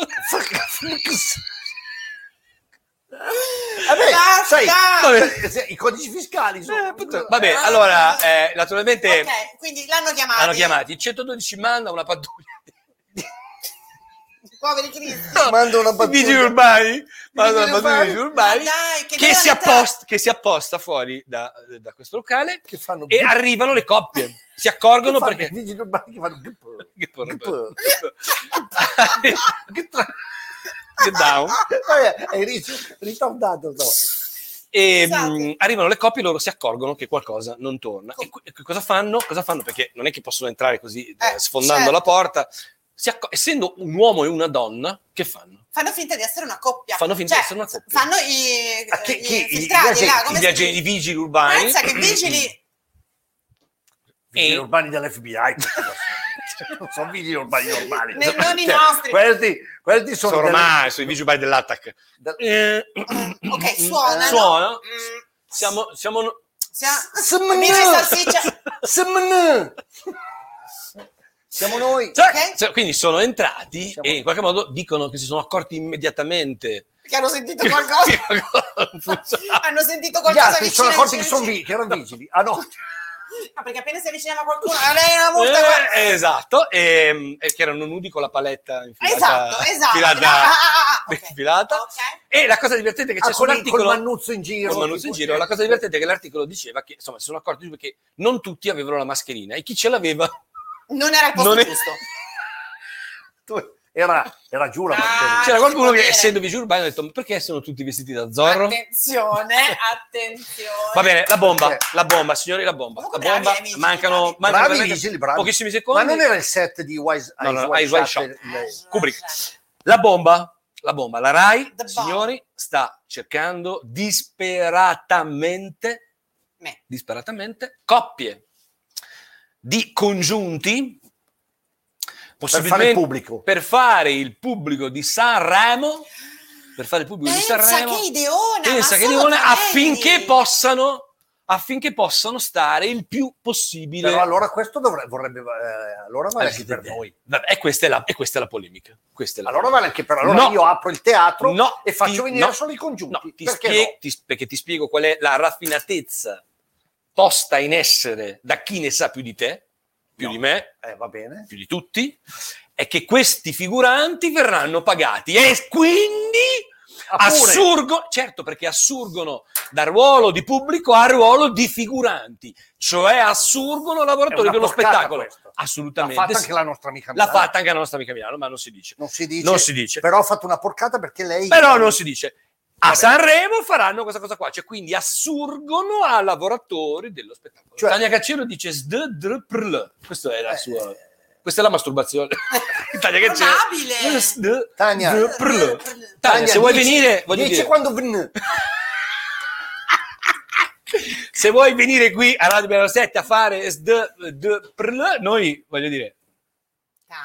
[SPEAKER 1] Vabbè,
[SPEAKER 3] Basta!
[SPEAKER 1] sai,
[SPEAKER 2] Vabbè.
[SPEAKER 1] sai, i codici fiscali sono...
[SPEAKER 2] Eh, puttana. Vabbè, allora, eh, naturalmente
[SPEAKER 3] ok, quindi l'hanno chiamato.
[SPEAKER 2] hanno chiamato il 112 manda una pattuglia.
[SPEAKER 3] Poveri cristi.
[SPEAKER 1] Manda una
[SPEAKER 2] I vigili
[SPEAKER 1] battuta.
[SPEAKER 2] urbani, mandano
[SPEAKER 1] vigili
[SPEAKER 2] una pattuglia dei vigili urbani.
[SPEAKER 3] Ma dai, che
[SPEAKER 2] Che si,
[SPEAKER 3] violenza!
[SPEAKER 2] apposta, che si apposta fuori da, da questo locale
[SPEAKER 1] Che fanno...
[SPEAKER 2] e arrivano le coppie. Si accorgono
[SPEAKER 1] fanno
[SPEAKER 2] perché
[SPEAKER 1] I vigili urbani che fanno...
[SPEAKER 2] che porra,
[SPEAKER 1] Che porra.
[SPEAKER 2] che tra- che down
[SPEAKER 1] Vabbè, è ri- ritardato. No.
[SPEAKER 2] e
[SPEAKER 3] Scusate.
[SPEAKER 2] mh, arrivano le coppie e loro si accorgono che qualcosa non torna e, qui- e che cosa fanno? cosa fanno? perché non è che possono entrare così eh,
[SPEAKER 3] Eh,
[SPEAKER 2] sfondando
[SPEAKER 3] certo.
[SPEAKER 2] la porta Si acco- essendo un uomo e una donna che fanno?
[SPEAKER 3] Fanno finta di essere una coppia.
[SPEAKER 2] Fanno finta di
[SPEAKER 3] Cioè,
[SPEAKER 2] essere una coppia
[SPEAKER 3] Fanno i,
[SPEAKER 1] Ah, chi-
[SPEAKER 3] gli
[SPEAKER 1] chi-
[SPEAKER 3] infiltrati,
[SPEAKER 1] i-
[SPEAKER 3] là,
[SPEAKER 1] i
[SPEAKER 3] come si-
[SPEAKER 2] i viaggi- i vigili urbani
[SPEAKER 3] Pensa che vigili...
[SPEAKER 2] E-
[SPEAKER 1] Vigili urbani dell'FBI. non sono vigili urbani normali. Cioè,
[SPEAKER 3] Ne- non i nostri.
[SPEAKER 1] Questi, questi sono...
[SPEAKER 2] sono
[SPEAKER 1] delle-
[SPEAKER 2] ormai sono i vigili urbani dell'attack
[SPEAKER 1] del-
[SPEAKER 2] Eh,
[SPEAKER 3] ok, suonano.
[SPEAKER 2] suona
[SPEAKER 3] Mm,
[SPEAKER 2] siamo, siamo
[SPEAKER 3] sia-
[SPEAKER 1] Siamo
[SPEAKER 3] Amici
[SPEAKER 1] noi.
[SPEAKER 3] salsiccia.
[SPEAKER 1] Siamo noi. Siamo noi.
[SPEAKER 2] Cioè,
[SPEAKER 3] Ok.
[SPEAKER 2] cioè, quindi sono entrati
[SPEAKER 1] Siamo-
[SPEAKER 2] e in qualche modo dicono che si sono accorti immediatamente
[SPEAKER 3] Che hanno sentito qualcosa.
[SPEAKER 2] che qualcosa non funzionava.
[SPEAKER 3] hanno sentito
[SPEAKER 1] Gli
[SPEAKER 3] qualcosa
[SPEAKER 1] altri si sono
[SPEAKER 3] vicino,
[SPEAKER 1] accorti che,
[SPEAKER 3] vicino,
[SPEAKER 1] sono vi- che erano vigili. Ah no,
[SPEAKER 3] vicino. Ah, perché appena si avvicinava qualcuno, "Ah, lei è una multa. guarda."
[SPEAKER 2] Eh, esatto, e, e che erano nudi con la paletta infilata.
[SPEAKER 3] esatto, esatto.
[SPEAKER 2] infilata-
[SPEAKER 3] Ah, ah, ah, ah, ok.
[SPEAKER 2] infilata.
[SPEAKER 3] Ok.
[SPEAKER 2] E la cosa divertente è che
[SPEAKER 1] Ah,
[SPEAKER 2] c'è
[SPEAKER 1] con, il, col
[SPEAKER 2] sull'articolo...
[SPEAKER 1] mannuzzo in giro.
[SPEAKER 2] col Manuzzi in giro, la cosa divertente è che l'articolo diceva che insomma si sono accorti perché non tutti avevano la mascherina e chi ce l'aveva
[SPEAKER 3] Non era il posto
[SPEAKER 2] non è-
[SPEAKER 3] giusto.
[SPEAKER 1] Era, era giù la
[SPEAKER 3] Ah,
[SPEAKER 1] mascherina.
[SPEAKER 2] C'era
[SPEAKER 3] si
[SPEAKER 2] qualcuno
[SPEAKER 3] può
[SPEAKER 2] che
[SPEAKER 3] dire.
[SPEAKER 2] essendo vicino urbano ha detto "Ma perché sono tutti vestiti da Zorro?
[SPEAKER 3] Attenzione, attenzione.
[SPEAKER 2] Va bene, la bomba,
[SPEAKER 1] Eh.
[SPEAKER 2] la bomba, signori, la bomba. La
[SPEAKER 3] Comunque bravi,
[SPEAKER 2] bomba,
[SPEAKER 3] amici,
[SPEAKER 2] mancano,
[SPEAKER 3] bravi.
[SPEAKER 2] mancano
[SPEAKER 1] Bravi
[SPEAKER 2] veramente
[SPEAKER 1] vigili, bravi.
[SPEAKER 2] pochissimi secondi.
[SPEAKER 1] Ma non era il set di Wise
[SPEAKER 2] No, no,
[SPEAKER 1] Eyes
[SPEAKER 2] Eyes Wide Shut.
[SPEAKER 3] Eh,
[SPEAKER 1] il-
[SPEAKER 2] Eh, Kubrick. La bomba, la bomba, la RAI,
[SPEAKER 3] The bomb.
[SPEAKER 2] signori, sta cercando disperatamente,
[SPEAKER 3] Me.
[SPEAKER 2] disperatamente coppie di congiunti
[SPEAKER 1] Per fare il
[SPEAKER 2] possibilmente
[SPEAKER 1] pubblico.
[SPEAKER 2] per fare il pubblico di Sanremo per fare il pubblico
[SPEAKER 3] Pensa
[SPEAKER 2] di Sanremo
[SPEAKER 3] che ideona,
[SPEAKER 2] pensa
[SPEAKER 3] ma
[SPEAKER 2] che
[SPEAKER 3] solo
[SPEAKER 2] devono-
[SPEAKER 3] tra
[SPEAKER 2] affinché
[SPEAKER 3] lei.
[SPEAKER 2] possano affinché possano stare il più possibile Ah,
[SPEAKER 1] Però allora questo dovrebbe, vorrebbe, eh, allora vale
[SPEAKER 2] Alla
[SPEAKER 1] anche
[SPEAKER 2] fine
[SPEAKER 1] per
[SPEAKER 2] del-
[SPEAKER 1] noi.
[SPEAKER 2] Vabbè, e questa è la, e questa è la polemica questa è la
[SPEAKER 1] Allora
[SPEAKER 2] polemica.
[SPEAKER 1] vale anche per allora
[SPEAKER 2] No.
[SPEAKER 1] io apro il teatro
[SPEAKER 2] No,
[SPEAKER 1] e faccio
[SPEAKER 2] ti-
[SPEAKER 1] venire
[SPEAKER 2] no.
[SPEAKER 1] solo i congiunti.
[SPEAKER 2] No, ti
[SPEAKER 1] perché
[SPEAKER 2] spie-
[SPEAKER 1] no?
[SPEAKER 2] ti- perché ti spiego qual è la raffinatezza posta in essere da chi ne sa più di te, più
[SPEAKER 1] No.
[SPEAKER 2] di me,
[SPEAKER 1] Eh, va bene.
[SPEAKER 2] più di tutti, è che questi figuranti verranno pagati e quindi
[SPEAKER 1] Ah, pure.
[SPEAKER 2] assurgo- certo perché assurgono dal ruolo di pubblico a ruolo di figuranti, cioè assurgono
[SPEAKER 1] È
[SPEAKER 2] lavoratori
[SPEAKER 1] una
[SPEAKER 2] dello
[SPEAKER 1] porcata
[SPEAKER 2] spettacolo.
[SPEAKER 1] questa. L'ha
[SPEAKER 2] Assolutamente.
[SPEAKER 1] fatta
[SPEAKER 2] sì.
[SPEAKER 1] anche la nostra amica
[SPEAKER 2] L'ha
[SPEAKER 1] Milano.
[SPEAKER 2] fatta anche la nostra amica Milano, ma non si dice.
[SPEAKER 1] Non si dice.
[SPEAKER 2] Non si dice.
[SPEAKER 1] Però ha fatto una porcata perché lei... Eh,
[SPEAKER 2] Però non si dice. A
[SPEAKER 1] Vabbè.
[SPEAKER 2] Sanremo faranno questa cosa qua, cioè quindi assurgono a lavoratori dello spettacolo.
[SPEAKER 1] Cioè-
[SPEAKER 2] Tania Caccero dice sd dr prl. Questa è la
[SPEAKER 1] Eh,
[SPEAKER 2] sua questa è la masturbazione. Tania Caccero.
[SPEAKER 3] Probabile.
[SPEAKER 2] Sd
[SPEAKER 1] Tania.
[SPEAKER 2] dr prl.
[SPEAKER 3] Tania,
[SPEAKER 2] Tania, se vuoi
[SPEAKER 1] dici-
[SPEAKER 2] venire, voglio
[SPEAKER 1] dici
[SPEAKER 2] dire,
[SPEAKER 1] quando ven-
[SPEAKER 2] se vuoi venire qui a Radio Bella 7 a fare sd dr prl, noi voglio dire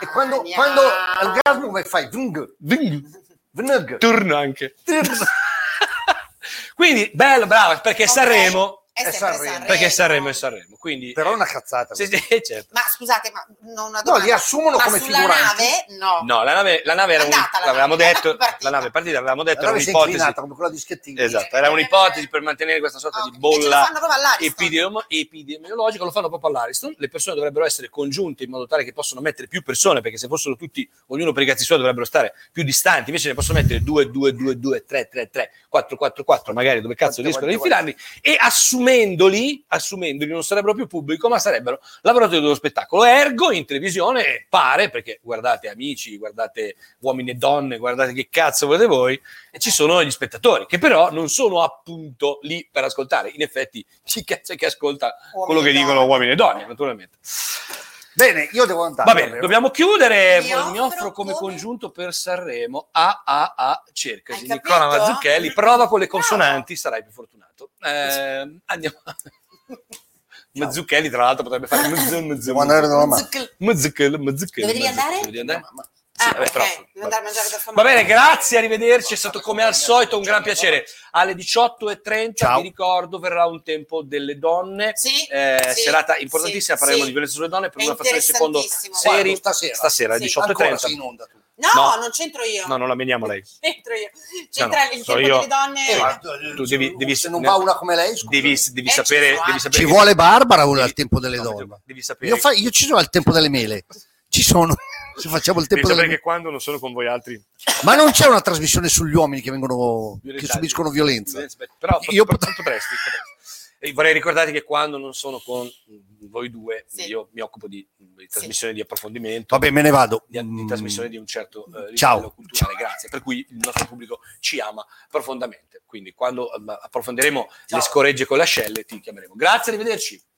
[SPEAKER 1] E quando, quando al gasmo come fai? Vng,
[SPEAKER 2] ving,
[SPEAKER 1] vng.
[SPEAKER 2] turno anche.
[SPEAKER 1] Tirz.
[SPEAKER 2] Quindi bello, brava, perché
[SPEAKER 3] Ok.
[SPEAKER 2] Sanremo,
[SPEAKER 3] È sempre
[SPEAKER 1] è Sanremo.
[SPEAKER 3] Sanremo.
[SPEAKER 2] perché Sanremo è Sanremo, quindi
[SPEAKER 1] Però è una cazzata.
[SPEAKER 2] Sì, sì, certo.
[SPEAKER 3] Ma scusate, ma non una
[SPEAKER 1] No,
[SPEAKER 3] domanda.
[SPEAKER 1] li assumono
[SPEAKER 3] ma
[SPEAKER 1] come
[SPEAKER 3] sulla
[SPEAKER 1] figuranti.
[SPEAKER 3] nave? No.
[SPEAKER 2] No, la nave, la nave era un-
[SPEAKER 3] Andata, la
[SPEAKER 2] l'avevamo
[SPEAKER 3] nave,
[SPEAKER 2] detto,
[SPEAKER 3] la nave partita.
[SPEAKER 2] la nave è partita, l'avevamo detto,
[SPEAKER 1] Allora
[SPEAKER 2] era
[SPEAKER 1] si è
[SPEAKER 2] un'ipotesi.
[SPEAKER 1] inclinata come quella di Schettino.
[SPEAKER 2] Esatto, era un'ipotesi per mantenere questa sorta
[SPEAKER 3] Ah,
[SPEAKER 2] di
[SPEAKER 3] ok. Invece lo
[SPEAKER 2] bolla
[SPEAKER 3] fanno proprio all'Ariston.
[SPEAKER 2] epidemi- epidemiologica, lo fanno proprio all'Ariston. Le persone dovrebbero essere congiunte in modo tale che possono mettere più persone, perché se fossero tutti, ognuno per i cazzi suoi, dovrebbero stare più distanti, invece ne possono mettere 2, 2, 2, 2, 3, 3, 3, 4, 4, 4, magari dove cazzo
[SPEAKER 1] Quante,
[SPEAKER 2] riescono a
[SPEAKER 1] quante,
[SPEAKER 2] infilarli, e assume assumendoli, assumendoli non sarebbero più pubblico, ma sarebbero lavoratori dello spettacolo. Ergo, in televisione pare, perché guardate amici, guardate uomini e donne, guardate che cazzo volete voi, e ci sono gli spettatori, che però non sono appunto lì per ascoltare. In effetti, chi cazzo è che ascolta
[SPEAKER 3] Uomini
[SPEAKER 2] quello che
[SPEAKER 3] e donne.
[SPEAKER 2] dicono uomini e donne, naturalmente.
[SPEAKER 1] Bene, io devo andare.
[SPEAKER 2] Va bene, dobbiamo chiudere.
[SPEAKER 3] Mi
[SPEAKER 2] Mi offro,
[SPEAKER 3] offro
[SPEAKER 2] come
[SPEAKER 3] come?
[SPEAKER 2] congiunto per Sanremo AAA Cerca
[SPEAKER 3] Hai
[SPEAKER 2] di
[SPEAKER 3] capito?
[SPEAKER 2] Nicola Mazzucchelli. Prova con le consonanti, sarai più fortunato. Eh, andiamo. Mazzucchelli, tra l'altro, potrebbe fare mzz, mzz,
[SPEAKER 1] Devo andare dalla mamma.
[SPEAKER 3] Zucchel-
[SPEAKER 2] Mazzucchelli, Mazzucchelli.
[SPEAKER 3] Dove devi andare?
[SPEAKER 2] Devi andare? eh?
[SPEAKER 3] Ah,
[SPEAKER 2] Sì, vabbè,
[SPEAKER 3] ok,
[SPEAKER 2] troppo.
[SPEAKER 3] devo andare a mangiare da
[SPEAKER 2] Va bene, grazie, arrivederci. È stato come al solito un gran piacere. Alle 18.30,
[SPEAKER 1] Ciao.
[SPEAKER 2] vi ricordo, verrà un tempo delle donne.
[SPEAKER 3] Sì,
[SPEAKER 2] Eh,
[SPEAKER 3] sì,
[SPEAKER 2] serata importantissima,
[SPEAKER 3] sì,
[SPEAKER 2] parleremo
[SPEAKER 3] sì.
[SPEAKER 2] di violenza sulle donne per
[SPEAKER 3] È
[SPEAKER 2] una fatta del secondo
[SPEAKER 3] interessantissimo.
[SPEAKER 2] serie
[SPEAKER 1] Quando? Stasera?
[SPEAKER 2] stasera alle
[SPEAKER 3] Sì.
[SPEAKER 2] 18.30.
[SPEAKER 1] sei in onda tu.
[SPEAKER 3] No, Eh,
[SPEAKER 2] No.
[SPEAKER 3] non c'entro io.
[SPEAKER 2] No, non la meniamo lei.
[SPEAKER 3] C'entro io. C'entra
[SPEAKER 2] no,
[SPEAKER 3] il
[SPEAKER 2] sono
[SPEAKER 3] tempo
[SPEAKER 2] io.
[SPEAKER 3] delle donne.
[SPEAKER 1] Eh, ma
[SPEAKER 2] Tu devi- devi-
[SPEAKER 1] se non va una come lei, scusa.
[SPEAKER 2] Devi, devi
[SPEAKER 3] Eh, ci
[SPEAKER 2] sapere,
[SPEAKER 3] vuole.
[SPEAKER 2] devi sapere
[SPEAKER 5] Ci
[SPEAKER 2] che-
[SPEAKER 5] vuole Barbara ora al
[SPEAKER 2] devi-
[SPEAKER 5] tempo delle
[SPEAKER 2] no,
[SPEAKER 5] donne.
[SPEAKER 2] Devi sapere,
[SPEAKER 5] Io, fa- io ci sono al tempo delle mele. Ci sono. Se facciamo il
[SPEAKER 2] devi
[SPEAKER 5] tempo
[SPEAKER 2] sapere
[SPEAKER 5] delle
[SPEAKER 2] che quando non sono con voi altri
[SPEAKER 5] Ma non c'è una trasmissione sugli uomini che, vengono, che
[SPEAKER 2] Violenza-
[SPEAKER 5] subiscono violenza.
[SPEAKER 2] Beh, Però
[SPEAKER 5] Io
[SPEAKER 2] io
[SPEAKER 5] pot-
[SPEAKER 2] tanto presto. E vorrei ricordarti che quando non sono con voi due,
[SPEAKER 3] Sì.
[SPEAKER 2] io mi occupo di, di trasmissioni di approfondimento.
[SPEAKER 5] Vabbè, me ne vado.
[SPEAKER 2] di, di
[SPEAKER 5] Mm.
[SPEAKER 2] trasmissione di un certo eh, livello
[SPEAKER 5] Ciao.
[SPEAKER 2] culturale, grazie. Per cui il nostro pubblico ci ama ehm, profondamente. Quindi quando eh, approfondiremo le scoregge con le ascelle ti chiameremo. Grazie, arrivederci.